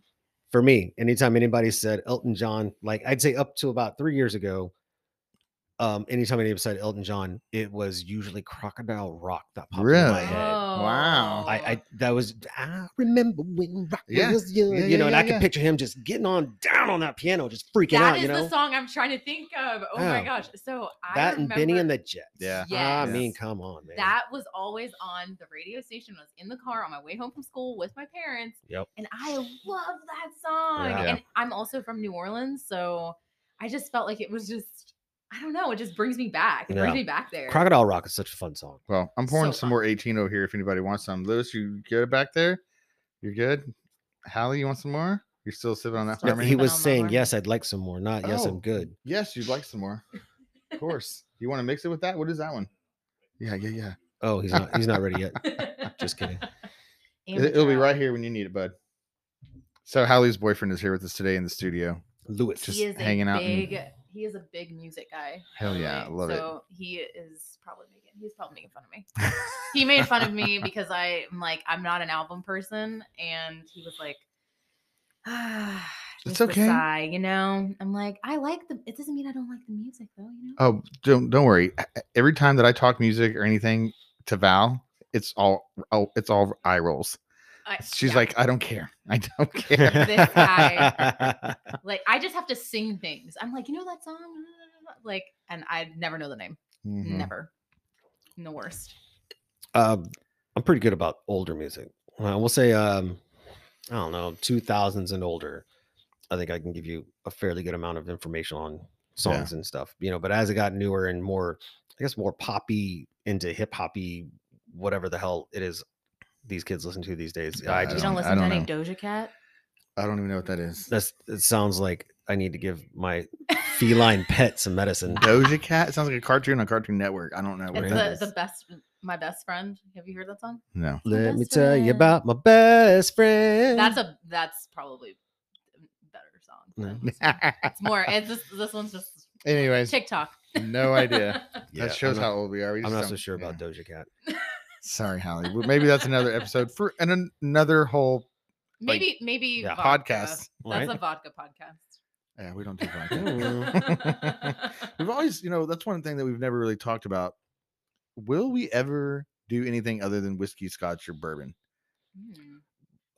Speaker 2: for me, anytime anybody said Elton John, like I'd say up to about three years ago, um, anytime anybody said Elton John, it was usually Crocodile Rock that popped in my
Speaker 1: Really?
Speaker 3: it.
Speaker 2: head.
Speaker 1: Wow.
Speaker 2: I, I that was I remember when rock
Speaker 1: Yeah.
Speaker 2: was young,
Speaker 1: Yeah,
Speaker 2: you
Speaker 1: yeah,
Speaker 2: know, and
Speaker 1: yeah,
Speaker 2: I could
Speaker 1: yeah.
Speaker 2: picture him just getting on down on that piano, just freaking
Speaker 3: That
Speaker 2: out,
Speaker 3: is
Speaker 2: you know.
Speaker 3: the song I'm trying to think of. Oh my
Speaker 2: Yeah.
Speaker 3: gosh. So I
Speaker 2: that and Benny and
Speaker 3: remember
Speaker 2: the Jets.
Speaker 1: Yeah.
Speaker 2: I
Speaker 3: Yes.
Speaker 2: mean, come on, man.
Speaker 3: that was always on the radio station. I was in the car on my way home from school with my parents.
Speaker 2: Yep.
Speaker 3: And I love that song.
Speaker 2: Yeah.
Speaker 1: Yeah.
Speaker 3: And I'm also from New Orleans, so I just felt like it was just I don't know, it just brings me back. It
Speaker 2: Yeah.
Speaker 3: brings me back there.
Speaker 2: Crocodile Rock is such a fun song.
Speaker 1: well, I'm pouring
Speaker 3: So
Speaker 1: some
Speaker 3: fun.
Speaker 1: more 18 over here if anybody wants some. Lewis, you good back there? You're good? Hallie, you want some more? You're still sipping on that
Speaker 3: Yeah,
Speaker 2: No,
Speaker 1: harmony?
Speaker 2: he was
Speaker 3: Phenomenal
Speaker 2: saying,
Speaker 3: Mark.
Speaker 2: "Yes, I'd like some more." Not, "Yes,
Speaker 1: Oh.
Speaker 2: I'm good."
Speaker 1: yes, you'd like some more. Of course. You want to mix it with that? What is that one? Yeah, yeah, yeah.
Speaker 2: Oh, he's not. He's not ready yet. Just kidding.
Speaker 1: It, it'll be right here when you need it, bud. So Hallie's boyfriend is here with us today in the studio.
Speaker 2: Lewis.
Speaker 1: Just
Speaker 3: he is
Speaker 1: hanging
Speaker 3: a
Speaker 1: out and-
Speaker 3: big he is a big music guy.
Speaker 1: Hell yeah, I
Speaker 3: Right.
Speaker 1: love it.
Speaker 3: So he is probably making he's probably making fun of me. he made fun of me because I am like I'm not an album person, and he was like, ah,
Speaker 1: It's
Speaker 3: just a
Speaker 1: okay.
Speaker 3: sigh, you know. I'm like, I like the. It doesn't mean I don't like the music though, you know.
Speaker 1: Oh, don't don't worry. E- e- Every time that I talk music or anything to Val, it's all oh, it's all eye rolls.
Speaker 3: I-
Speaker 1: She's
Speaker 3: yeah,
Speaker 1: like, I don't care. I don't care.
Speaker 3: This guy. like I just have to sing things. I'm like, you know that song, like, and I never know the name,
Speaker 1: Mhm.
Speaker 3: never. I'm The worst.
Speaker 2: Um, I'm pretty good about older music. Uh, we'll say, um, I don't know, 2000s and older. I think I can give you a fairly good amount of information on songs and stuff, you know. But as it got newer and more, I guess, more poppy into hip hoppy, whatever the hell it is these kids listen to these days,
Speaker 1: I
Speaker 2: I
Speaker 3: You
Speaker 2: just
Speaker 3: don't,
Speaker 1: don't- I
Speaker 3: listen to
Speaker 1: don't
Speaker 3: any Doja Cat?
Speaker 1: I don't even know what that is.
Speaker 2: that's it sounds like I need to give my feline pet some medicine.
Speaker 1: Doja Cat It sounds like a cartoon on Cartoon Network. I don't know what
Speaker 3: It's
Speaker 1: it
Speaker 2: Really?
Speaker 1: is.
Speaker 3: the, the best, my best friend. Have you heard that song?
Speaker 1: No.
Speaker 2: Let me
Speaker 3: best
Speaker 2: tell you
Speaker 3: friend.
Speaker 2: about my best friend.
Speaker 3: That's a that's probably a better song. than this one. It's more. It's this this one's just
Speaker 1: Anyways,
Speaker 3: TikTok.
Speaker 1: no idea.
Speaker 2: Yeah,
Speaker 1: that shows
Speaker 2: I'm not,
Speaker 1: how old we are. We
Speaker 2: I'm
Speaker 1: just
Speaker 2: not
Speaker 1: don't-
Speaker 2: so sure
Speaker 1: yeah.
Speaker 2: about Doja Cat.
Speaker 1: Sorry, Holly. Well, Maybe that's another episode for and an, another whole
Speaker 3: maybe maybe
Speaker 2: yeah,
Speaker 3: vodka.
Speaker 1: podcast.
Speaker 3: That's
Speaker 2: right?
Speaker 3: a vodka podcast.
Speaker 1: Yeah, we don't do vodka.
Speaker 3: Mm.
Speaker 2: Oh.
Speaker 1: we've always, you know, that's one thing that we've never really talked about. Will we ever do anything other than whiskey, scotch, or bourbon?
Speaker 3: Hmm.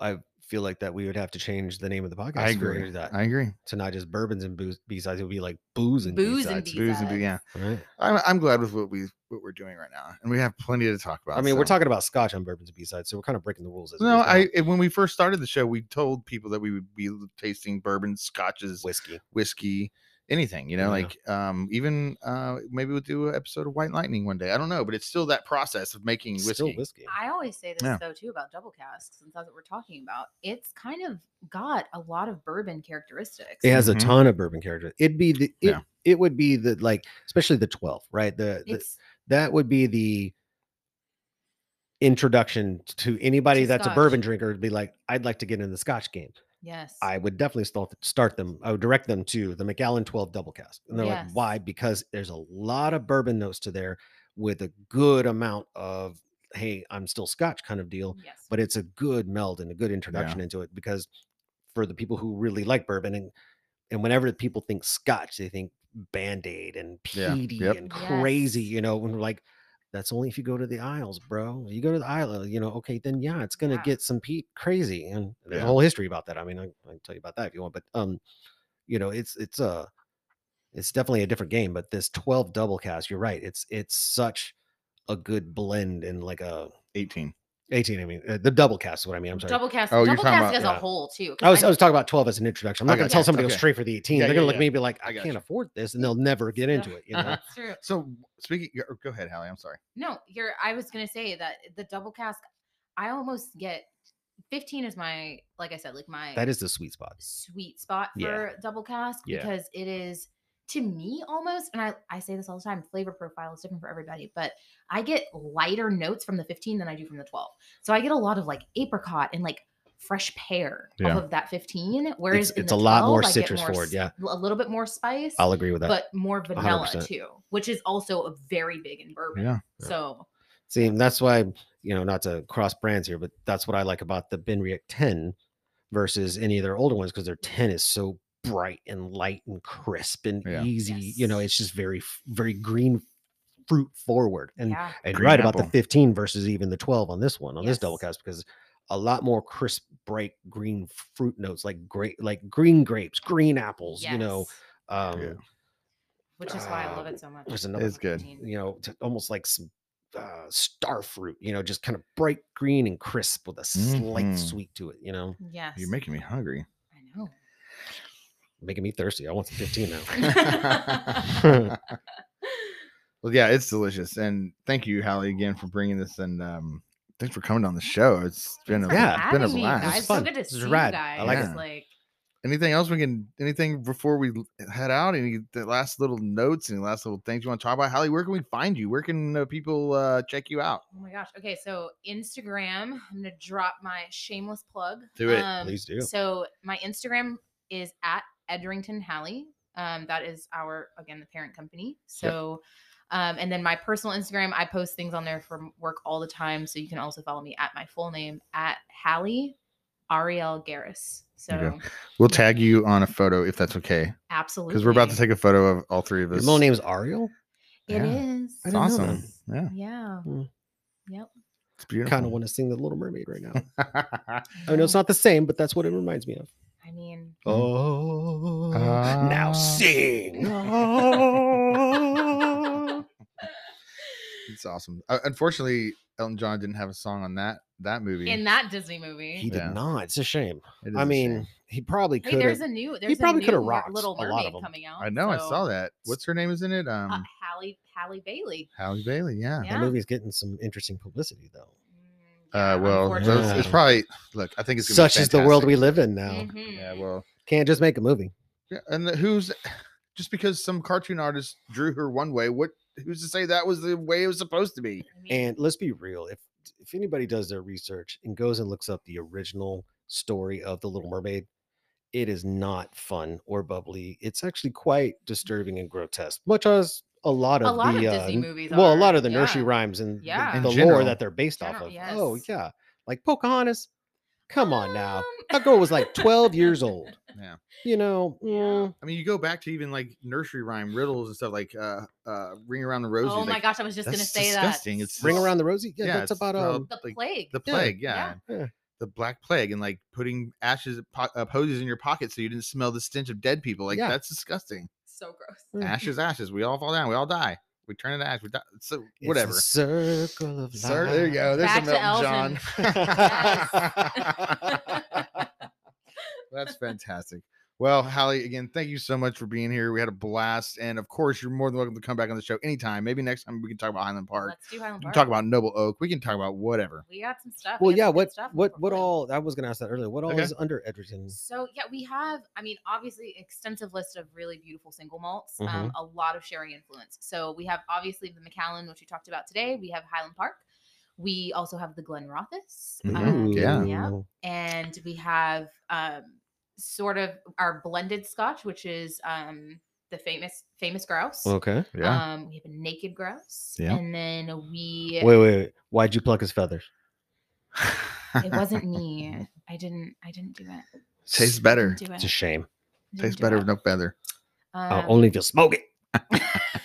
Speaker 2: I feel like that we would have to change the name of the podcast.
Speaker 1: I
Speaker 2: if we were to
Speaker 1: agree.
Speaker 2: do that.
Speaker 1: I agree.
Speaker 2: to not just bourbons and booze B sides. It would be like booze and
Speaker 3: Booze and
Speaker 2: B-sides,
Speaker 3: B-
Speaker 1: Booze and boo- yeah.
Speaker 2: Right.
Speaker 1: I'm, I'm glad with what we what we're doing right now, and we have plenty to talk about.
Speaker 2: I mean, we're
Speaker 1: so-
Speaker 2: talking about scotch on bourbons and B sides, so we're kind of breaking the rules. As it
Speaker 1: No,
Speaker 2: is now.
Speaker 1: I and when we first started the show, we told people that we would be tasting bourbon, scotches,
Speaker 2: whiskey.
Speaker 1: whiskey, anything. You know,
Speaker 2: Yeah.
Speaker 1: like um, even uh, maybe we'll do an episode of White Lightning one day. I don't know, but it's still that process of making
Speaker 2: It's
Speaker 1: whiskey.
Speaker 2: Still whiskey.
Speaker 3: I always say this
Speaker 1: Yeah.
Speaker 3: though too about double casks, since that's what we're talking about. It's kind of got a lot of bourbon characteristics.
Speaker 2: It has
Speaker 1: Mhm.
Speaker 2: a ton of bourbon character. It'd be the it,
Speaker 1: Yeah.
Speaker 2: it would be the like especially the 12, right? The, the
Speaker 3: It's
Speaker 2: that would be the introduction to anybody
Speaker 3: To
Speaker 2: that's
Speaker 3: scotch.
Speaker 2: a bourbon drinker would be like, I'd like to get into the scotch game.
Speaker 3: yes.
Speaker 2: I would definitely start start them. I would direct them to the McAllen 12 double cast. And they're
Speaker 3: Yes.
Speaker 2: like, why? Because there's a lot of bourbon notes to there with a good amount of, hey, I'm still scotch kind of deal,
Speaker 3: yes.
Speaker 2: but it's a good meld and a good introduction into it because for the people who really like bourbon and and whenever people think scotch, they think band-aid and
Speaker 1: Yeah,
Speaker 2: peaty
Speaker 1: yep.
Speaker 2: and crazy,
Speaker 3: Yes.
Speaker 2: you know, when we're like that's only if you go to the aisles, bro. You go to the aisle, you know, okay, then yeah, it's gonna
Speaker 3: Yeah.
Speaker 2: get some peat crazy. And there's
Speaker 1: Yeah.
Speaker 2: a whole history about that. I mean, I, I can tell you about that if you want, but um, you know, it's it's uh it's definitely a different game, but this 12 double cast, you're right. It's it's such a good blend and like a
Speaker 1: 18.
Speaker 2: 18, I mean, uh, the double cast is what I mean. I'm sorry.
Speaker 3: double cast.
Speaker 1: Oh, you're
Speaker 3: double
Speaker 1: talking
Speaker 3: cast
Speaker 1: about-
Speaker 3: as
Speaker 2: yeah.
Speaker 3: a whole too. 'cause
Speaker 2: I was, I
Speaker 3: think-
Speaker 2: was talking about 12 as an introduction. I'm
Speaker 1: I
Speaker 2: not going
Speaker 1: got
Speaker 2: to tell
Speaker 1: you.
Speaker 2: somebody to
Speaker 1: Okay.
Speaker 2: go straight for the 18.
Speaker 1: Yeah,
Speaker 2: They're
Speaker 1: yeah,
Speaker 2: going to look
Speaker 1: yeah.
Speaker 2: at me and be like,
Speaker 1: I
Speaker 2: I,
Speaker 1: got
Speaker 2: can't
Speaker 1: you.
Speaker 2: afford this. And they'll never get into it. You know?
Speaker 3: That's true.
Speaker 1: So speaking, oh, go- go ahead, Hallie. I'm sorry.
Speaker 3: No, you're I was gonna say that the double cask, I almost get 15 is my like I said, like my
Speaker 2: that is the sweet spot.
Speaker 3: sweet spot for
Speaker 2: Yeah.
Speaker 3: double cask
Speaker 2: Yeah.
Speaker 3: because it is to me almost, and I, I say this all the time, flavor profile is different for everybody, but I get lighter notes from the 15 than I do from the 12. So I get a lot of like apricot and like fresh pear
Speaker 1: Yeah.
Speaker 3: off of that 15. Whereas
Speaker 2: It's-
Speaker 3: in
Speaker 2: it's
Speaker 3: the
Speaker 2: a lot more
Speaker 3: 12, I get
Speaker 2: citrus
Speaker 3: s-
Speaker 2: forward, yeah.
Speaker 3: A little bit more spice,
Speaker 2: I'll agree with that.
Speaker 3: but more vanilla
Speaker 2: 100%.
Speaker 3: too, which is also a very big in bourbon.
Speaker 1: Yeah.
Speaker 2: Yeah.
Speaker 3: So
Speaker 2: See, and that's why, you know, not to cross brands here, but that's what I like about the Benriach 10 versus any of their older ones because their 10 is so bright and light and crisp and
Speaker 1: Yeah.
Speaker 2: easy. You know,
Speaker 3: Yes.
Speaker 2: it's just very, f- very green fruit forward. And
Speaker 3: yeah.
Speaker 2: and
Speaker 1: Green
Speaker 2: right about
Speaker 1: apple.
Speaker 2: the 15 versus even the 12 on this one on this double
Speaker 3: Yes.
Speaker 2: cast because a lot more crisp bright green fruit notes like great like green grapes green apples you know
Speaker 3: Yes.
Speaker 2: um
Speaker 1: Yeah.
Speaker 3: which is why I love
Speaker 2: uh,
Speaker 3: it so much.
Speaker 2: there's another
Speaker 1: It's good.
Speaker 3: protein.
Speaker 2: you know t- almost like some uh, star fruit you know just kind of bright green and crisp with a slight
Speaker 1: Mhm.
Speaker 2: sweet to it you know
Speaker 3: Yes,
Speaker 1: You're making me hungry.
Speaker 3: I know.
Speaker 2: making me thirsty i want the 15 now
Speaker 1: well, yeah, it's delicious, and thank you, Hallie, again for bringing this, and um, thanks for coming on the show. It's been a
Speaker 3: Thanks for
Speaker 2: Yeah,
Speaker 1: it's been a
Speaker 3: having me,
Speaker 1: blast.
Speaker 3: guys.
Speaker 2: It's
Speaker 3: So
Speaker 2: fun.
Speaker 3: good to
Speaker 2: This is
Speaker 3: see you
Speaker 2: rad.
Speaker 3: guys.
Speaker 2: I
Speaker 1: like it.
Speaker 3: Like,
Speaker 1: anything else we can anything before we l- head out any the last little notes and last little things you want to talk about hallie where can we find you where can uh, people uh check you out
Speaker 3: oh my gosh. Okay, so Instagram. I'm gonna drop my shameless plug. Um,
Speaker 1: Do it.
Speaker 2: Please do.
Speaker 3: So my Instagram is at Edrington Hallie. Um, that is our again the parent company. So. Um, and then my personal Instagram, I post things on there from work all the time. So you can also follow me at my full name at Hallie Ariel Garris. So
Speaker 1: Okay. we'll tag you on a photo if that's okay
Speaker 3: absolutely.
Speaker 1: because we're about to take a photo of all three of
Speaker 2: your
Speaker 1: us
Speaker 2: middle name's ariel
Speaker 3: It
Speaker 1: Yeah.
Speaker 3: is.
Speaker 1: it's
Speaker 2: I didn't know
Speaker 1: awesome yeah
Speaker 3: Yeah.
Speaker 2: Mm.
Speaker 3: Yep.
Speaker 1: it's beautiful
Speaker 2: kind of want to sing the little mermaid right now i know it's not the same but that's what it reminds me of
Speaker 3: I mean,
Speaker 2: Oh,
Speaker 1: Ah.
Speaker 2: now sing.
Speaker 1: Oh. It's awesome. Uh, unfortunately, Elton John didn't have a song on that that movie.
Speaker 3: in that Disney movie.
Speaker 2: He did
Speaker 1: Yeah.
Speaker 2: not. It's a shame.
Speaker 1: It is
Speaker 2: I
Speaker 1: a
Speaker 2: mean,
Speaker 1: shame.
Speaker 2: he probably could.
Speaker 3: hey, there's a new. There's
Speaker 2: probably
Speaker 3: a
Speaker 2: coulda
Speaker 3: new Mer-
Speaker 2: rocked
Speaker 3: Little
Speaker 2: a lot
Speaker 3: Mermaid
Speaker 2: of 'em.
Speaker 3: coming out.
Speaker 1: I know. I saw
Speaker 3: so,
Speaker 1: that. What's her name is in it? Um,
Speaker 3: Uh, Halle Halle Bailey.
Speaker 1: Halle Bailey. Yeah. Uh,
Speaker 2: That
Speaker 3: Yeah.
Speaker 2: movie's getting some interesting publicity though.
Speaker 3: Mm, yeah,
Speaker 1: uh, well,
Speaker 2: those-
Speaker 1: it's,
Speaker 3: unfortunately.
Speaker 1: it's probably look. I think it's gonna be
Speaker 2: Such is the world we Mm-hmm.
Speaker 1: fantastic.
Speaker 2: live in now.
Speaker 3: Mhm.
Speaker 1: Yeah. Well.
Speaker 2: Can't just make a movie.
Speaker 1: Yeah. And the, who's just because some cartoon artist drew her one way? What? Who's to say that was the way it was supposed to be?
Speaker 3: I mean,
Speaker 2: And let's be real. If if anybody does their research and goes and looks up the original story of the Little Mermaid, it is not fun or bubbly. It's actually quite disturbing and grotesque, much as a lot
Speaker 3: A
Speaker 2: of
Speaker 3: lot
Speaker 2: the
Speaker 3: of Disney
Speaker 2: uh,
Speaker 3: movies
Speaker 2: Well, a lot
Speaker 3: are,
Speaker 2: of the nursery
Speaker 3: yeah.
Speaker 2: rhymes and the-
Speaker 3: Yeah. In
Speaker 2: the, lore
Speaker 1: general.
Speaker 2: that they're based off
Speaker 3: General,
Speaker 2: of. Oh
Speaker 3: yes.
Speaker 2: yeah, like Pocahontas. Come on now,
Speaker 3: um,
Speaker 2: that girl was like 12 years old.
Speaker 1: Yeah.
Speaker 2: You know,
Speaker 3: Yeah.
Speaker 2: mm,
Speaker 1: I mean, you go back to even like nursery rhyme riddles and stuff like uh uh ring around the rosy.
Speaker 3: Oh my
Speaker 1: like,
Speaker 3: gosh, I was just gonna
Speaker 1: that's
Speaker 3: say
Speaker 1: disgusting.
Speaker 3: that.
Speaker 1: It's
Speaker 2: ring
Speaker 1: It's-
Speaker 2: around the rosy. Yeah,
Speaker 1: yeah,
Speaker 2: that's
Speaker 1: it's
Speaker 2: about
Speaker 1: prob-
Speaker 2: um,
Speaker 3: the
Speaker 1: like,
Speaker 3: plague.
Speaker 1: The
Speaker 2: Yeah,
Speaker 1: plague, yeah.
Speaker 3: yeah.
Speaker 2: Yeah.
Speaker 1: The black plague, and like putting ashes, po- uh, posies in your pocket so you didn't smell the stench of dead people. Like
Speaker 2: Yeah.
Speaker 1: that's disgusting.
Speaker 3: so gross.
Speaker 2: Mm.
Speaker 1: Ashes, ashes. We all fall down. We all die. We turn into ash. We die. So
Speaker 2: It's the
Speaker 1: whatever.
Speaker 2: circle of
Speaker 1: Sir, there you go.
Speaker 2: life.
Speaker 1: There's
Speaker 3: Back
Speaker 1: some
Speaker 3: to
Speaker 1: Elton John. That's fantastic. Well, Hallie, again, thank you so much for being here. We had a blast. And of course, you're more than welcome to come back on the show anytime. Maybe next time we can talk about Highland Park.
Speaker 3: Let's do Highland
Speaker 1: We can
Speaker 3: Park.
Speaker 1: talk about Noble Oak. We can talk about whatever.
Speaker 3: we got some stuff. We
Speaker 2: Well,
Speaker 3: got
Speaker 2: yeah.
Speaker 3: some good
Speaker 2: What
Speaker 3: stuff
Speaker 2: what
Speaker 3: for
Speaker 2: what
Speaker 3: you.
Speaker 2: all? I was gonna ask that earlier. What all
Speaker 1: Okay.
Speaker 2: is under
Speaker 1: Mm.
Speaker 2: Edgerton?
Speaker 3: So yeah, we have. I mean, obviously, extensive list of really beautiful single malts.
Speaker 2: Mhm.
Speaker 1: Mm-hmm.
Speaker 3: Um, a lot of sherry influence. So we have obviously the Macallan, which we talked about today. We have Highland Park. We also have the Glenrothes. um,
Speaker 1: Mhm. yeah.
Speaker 2: Ooh.
Speaker 3: and we have um, sort of our blended Scotch, which is um, the famous famous grouse.
Speaker 2: Okay.
Speaker 3: Um, we have a naked grouse,
Speaker 1: Yeah.
Speaker 3: and then we.
Speaker 2: Wait, wait, wait. Why'd you pluck his feathers?
Speaker 3: Um, It wasn't me. I didn't. I didn't do it.
Speaker 1: Tastes better.
Speaker 3: Do
Speaker 2: It's a
Speaker 3: it.
Speaker 2: shame.
Speaker 1: Tastes better with no oh, feather.
Speaker 3: um,
Speaker 2: Uh, only if you smoke it.
Speaker 3: I'm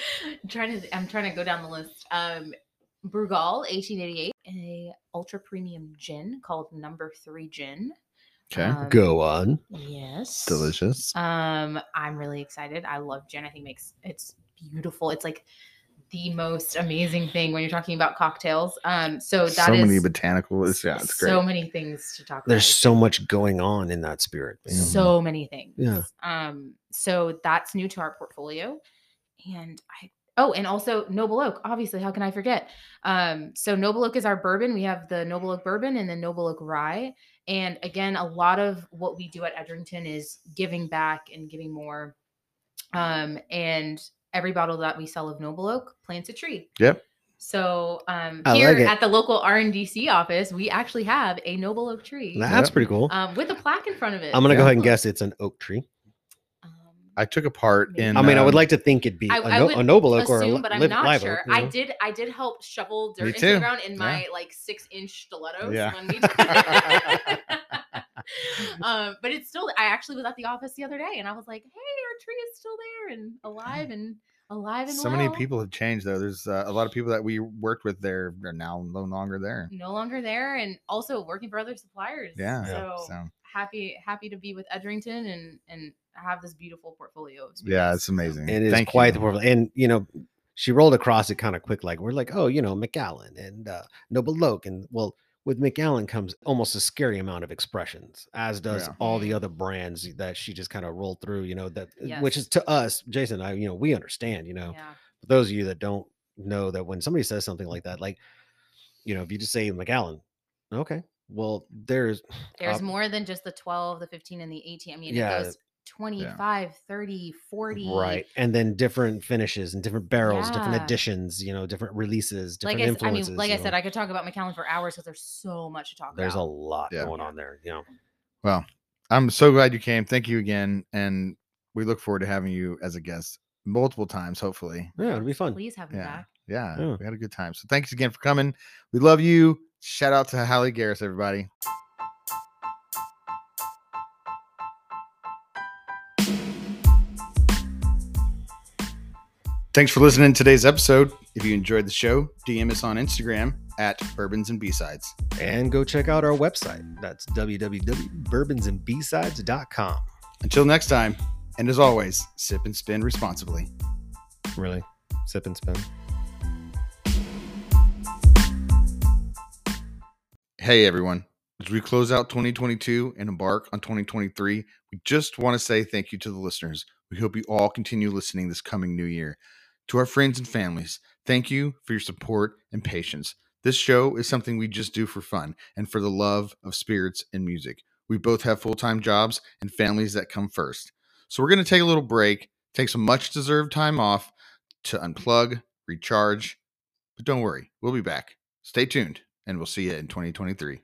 Speaker 3: trying to. I'm trying to go down the list. Um, Brugal, 1888, a ultra premium gin called Number Three Gin. Um,
Speaker 2: Go on.
Speaker 3: Yes.
Speaker 1: Delicious.
Speaker 3: Um, I'm really excited. I love gin. I think makes it's beautiful. It's like the most amazing thing when you're talking about cocktails. Um, so that is
Speaker 1: so many botanicals. It's- Yeah, it's great.
Speaker 3: so many things to talk about.
Speaker 2: There's so much going on in that spirit. man.
Speaker 3: so many things.
Speaker 2: Yeah.
Speaker 3: Um, so that's new to our portfolio. And I oh, and also Noble Oak, obviously, how can I forget? Um, so Noble Oak is our bourbon. We have the Noble Oak bourbon and the Noble Oak rye. And again, a lot of what we do at Edrington is giving back and giving more. Um, and every bottle that we sell of Noble Oak plants a tree.
Speaker 1: Yep.
Speaker 3: So um,
Speaker 2: I
Speaker 3: here
Speaker 2: like it.
Speaker 3: at the local R and RNDC office, we actually have a Noble Oak tree
Speaker 2: That's
Speaker 1: Yeah.
Speaker 2: pretty cool.
Speaker 3: um, with a plaque in front of it.
Speaker 2: I'm gonna go
Speaker 1: yeah.
Speaker 2: ahead and guess it's an oak tree.
Speaker 3: Um,
Speaker 1: I took a part
Speaker 3: Maybe.
Speaker 1: in.
Speaker 2: I mean, I would
Speaker 1: um,
Speaker 2: like to think it'd be a
Speaker 3: I- I
Speaker 2: no-
Speaker 3: would
Speaker 2: a noble oak or a
Speaker 3: assume,
Speaker 2: li-
Speaker 3: but I'm
Speaker 2: live-
Speaker 3: not
Speaker 2: live
Speaker 3: sure.
Speaker 2: oak. you
Speaker 3: I
Speaker 2: know?
Speaker 3: did. I did help shovel dirt
Speaker 1: Me
Speaker 3: into the
Speaker 1: too.
Speaker 3: ground in
Speaker 1: Yeah.
Speaker 3: my like six inch stilettos.
Speaker 1: Yeah.
Speaker 3: When we um, but it's still. I actually was at the office the other day, and I was like, "Hey, our tree is still there and alive and alive and
Speaker 1: So many
Speaker 3: well."
Speaker 1: people have changed though. There's uh, a lot of people that we worked with there are now no longer there.
Speaker 3: no longer there, and also working for other suppliers.
Speaker 1: Yeah.
Speaker 3: So,
Speaker 1: So
Speaker 3: happy, happy to be with Edrington and and have this beautiful portfolio. Of
Speaker 1: yeah,
Speaker 3: spirits.
Speaker 1: it's amazing.
Speaker 2: It is
Speaker 1: Thank
Speaker 2: quite the
Speaker 1: you.
Speaker 2: portfolio. And you know, she rolled across it kind of quick. Like we're like, oh, you know, McAllen and uh, Noble Oak, and well, with McAllen comes almost a scary amount of expressions, as does
Speaker 1: Yeah.
Speaker 2: all the other brands that she just kind of rolled through. You know that, uh, which is
Speaker 3: Yes.
Speaker 2: to us, Jason. I, you know, we understand. You know,
Speaker 3: Yeah.
Speaker 2: but those of you that don't know that when somebody says something like that, like you know, if you just say McAllen, okay, well, there's
Speaker 3: there's
Speaker 2: Uh,
Speaker 3: more than just the 12 the 15 and the 18 i mean
Speaker 2: Yeah.
Speaker 3: it goes 25 30 40
Speaker 2: right, and then different finishes and different barrels, different
Speaker 3: Yeah.
Speaker 2: editions, you know, different releases,
Speaker 3: like
Speaker 2: different
Speaker 3: I, s- I
Speaker 2: influences.
Speaker 3: mean like
Speaker 2: you
Speaker 3: i said
Speaker 2: know.
Speaker 3: i could talk about mcallen for hours because there's so much to talk
Speaker 2: there's a
Speaker 3: about
Speaker 2: lot
Speaker 1: Yeah.
Speaker 2: going on there. You know,
Speaker 1: Well, I'm so glad you came. Thank you again, and we look forward to having you as a guest multiple times, hopefully.
Speaker 2: yeah, it'll be fun.
Speaker 3: please have me
Speaker 1: Yeah.
Speaker 3: back
Speaker 1: Yeah,
Speaker 2: Yeah.
Speaker 1: we had a good time. So thanks again for coming. We love you. Shout out to Hallie Garris, everybody. Thanks for listening to today's episode. If you enjoyed the show, DM us on Instagram at Bourbons and B-Sides.
Speaker 2: And go check out our website. That's www.bourbonsandbsides.com.
Speaker 1: Until next time, and as always, sip and spin responsibly.
Speaker 2: Really? Sip and spin.
Speaker 1: Hey, everyone. As we close out 2022 and embark on 2023, we just want to say thank you to the listeners. We hope you all continue listening this coming new year. To our friends and families, thank you for your support and patience. This show is something we just do for fun and for the love of spirits and music. We both have full time jobs and families that come first. So we're going to take a little break, take some much deserved time off to unplug, recharge. But don't worry, we'll be back. Stay tuned, and we'll see you in 2023.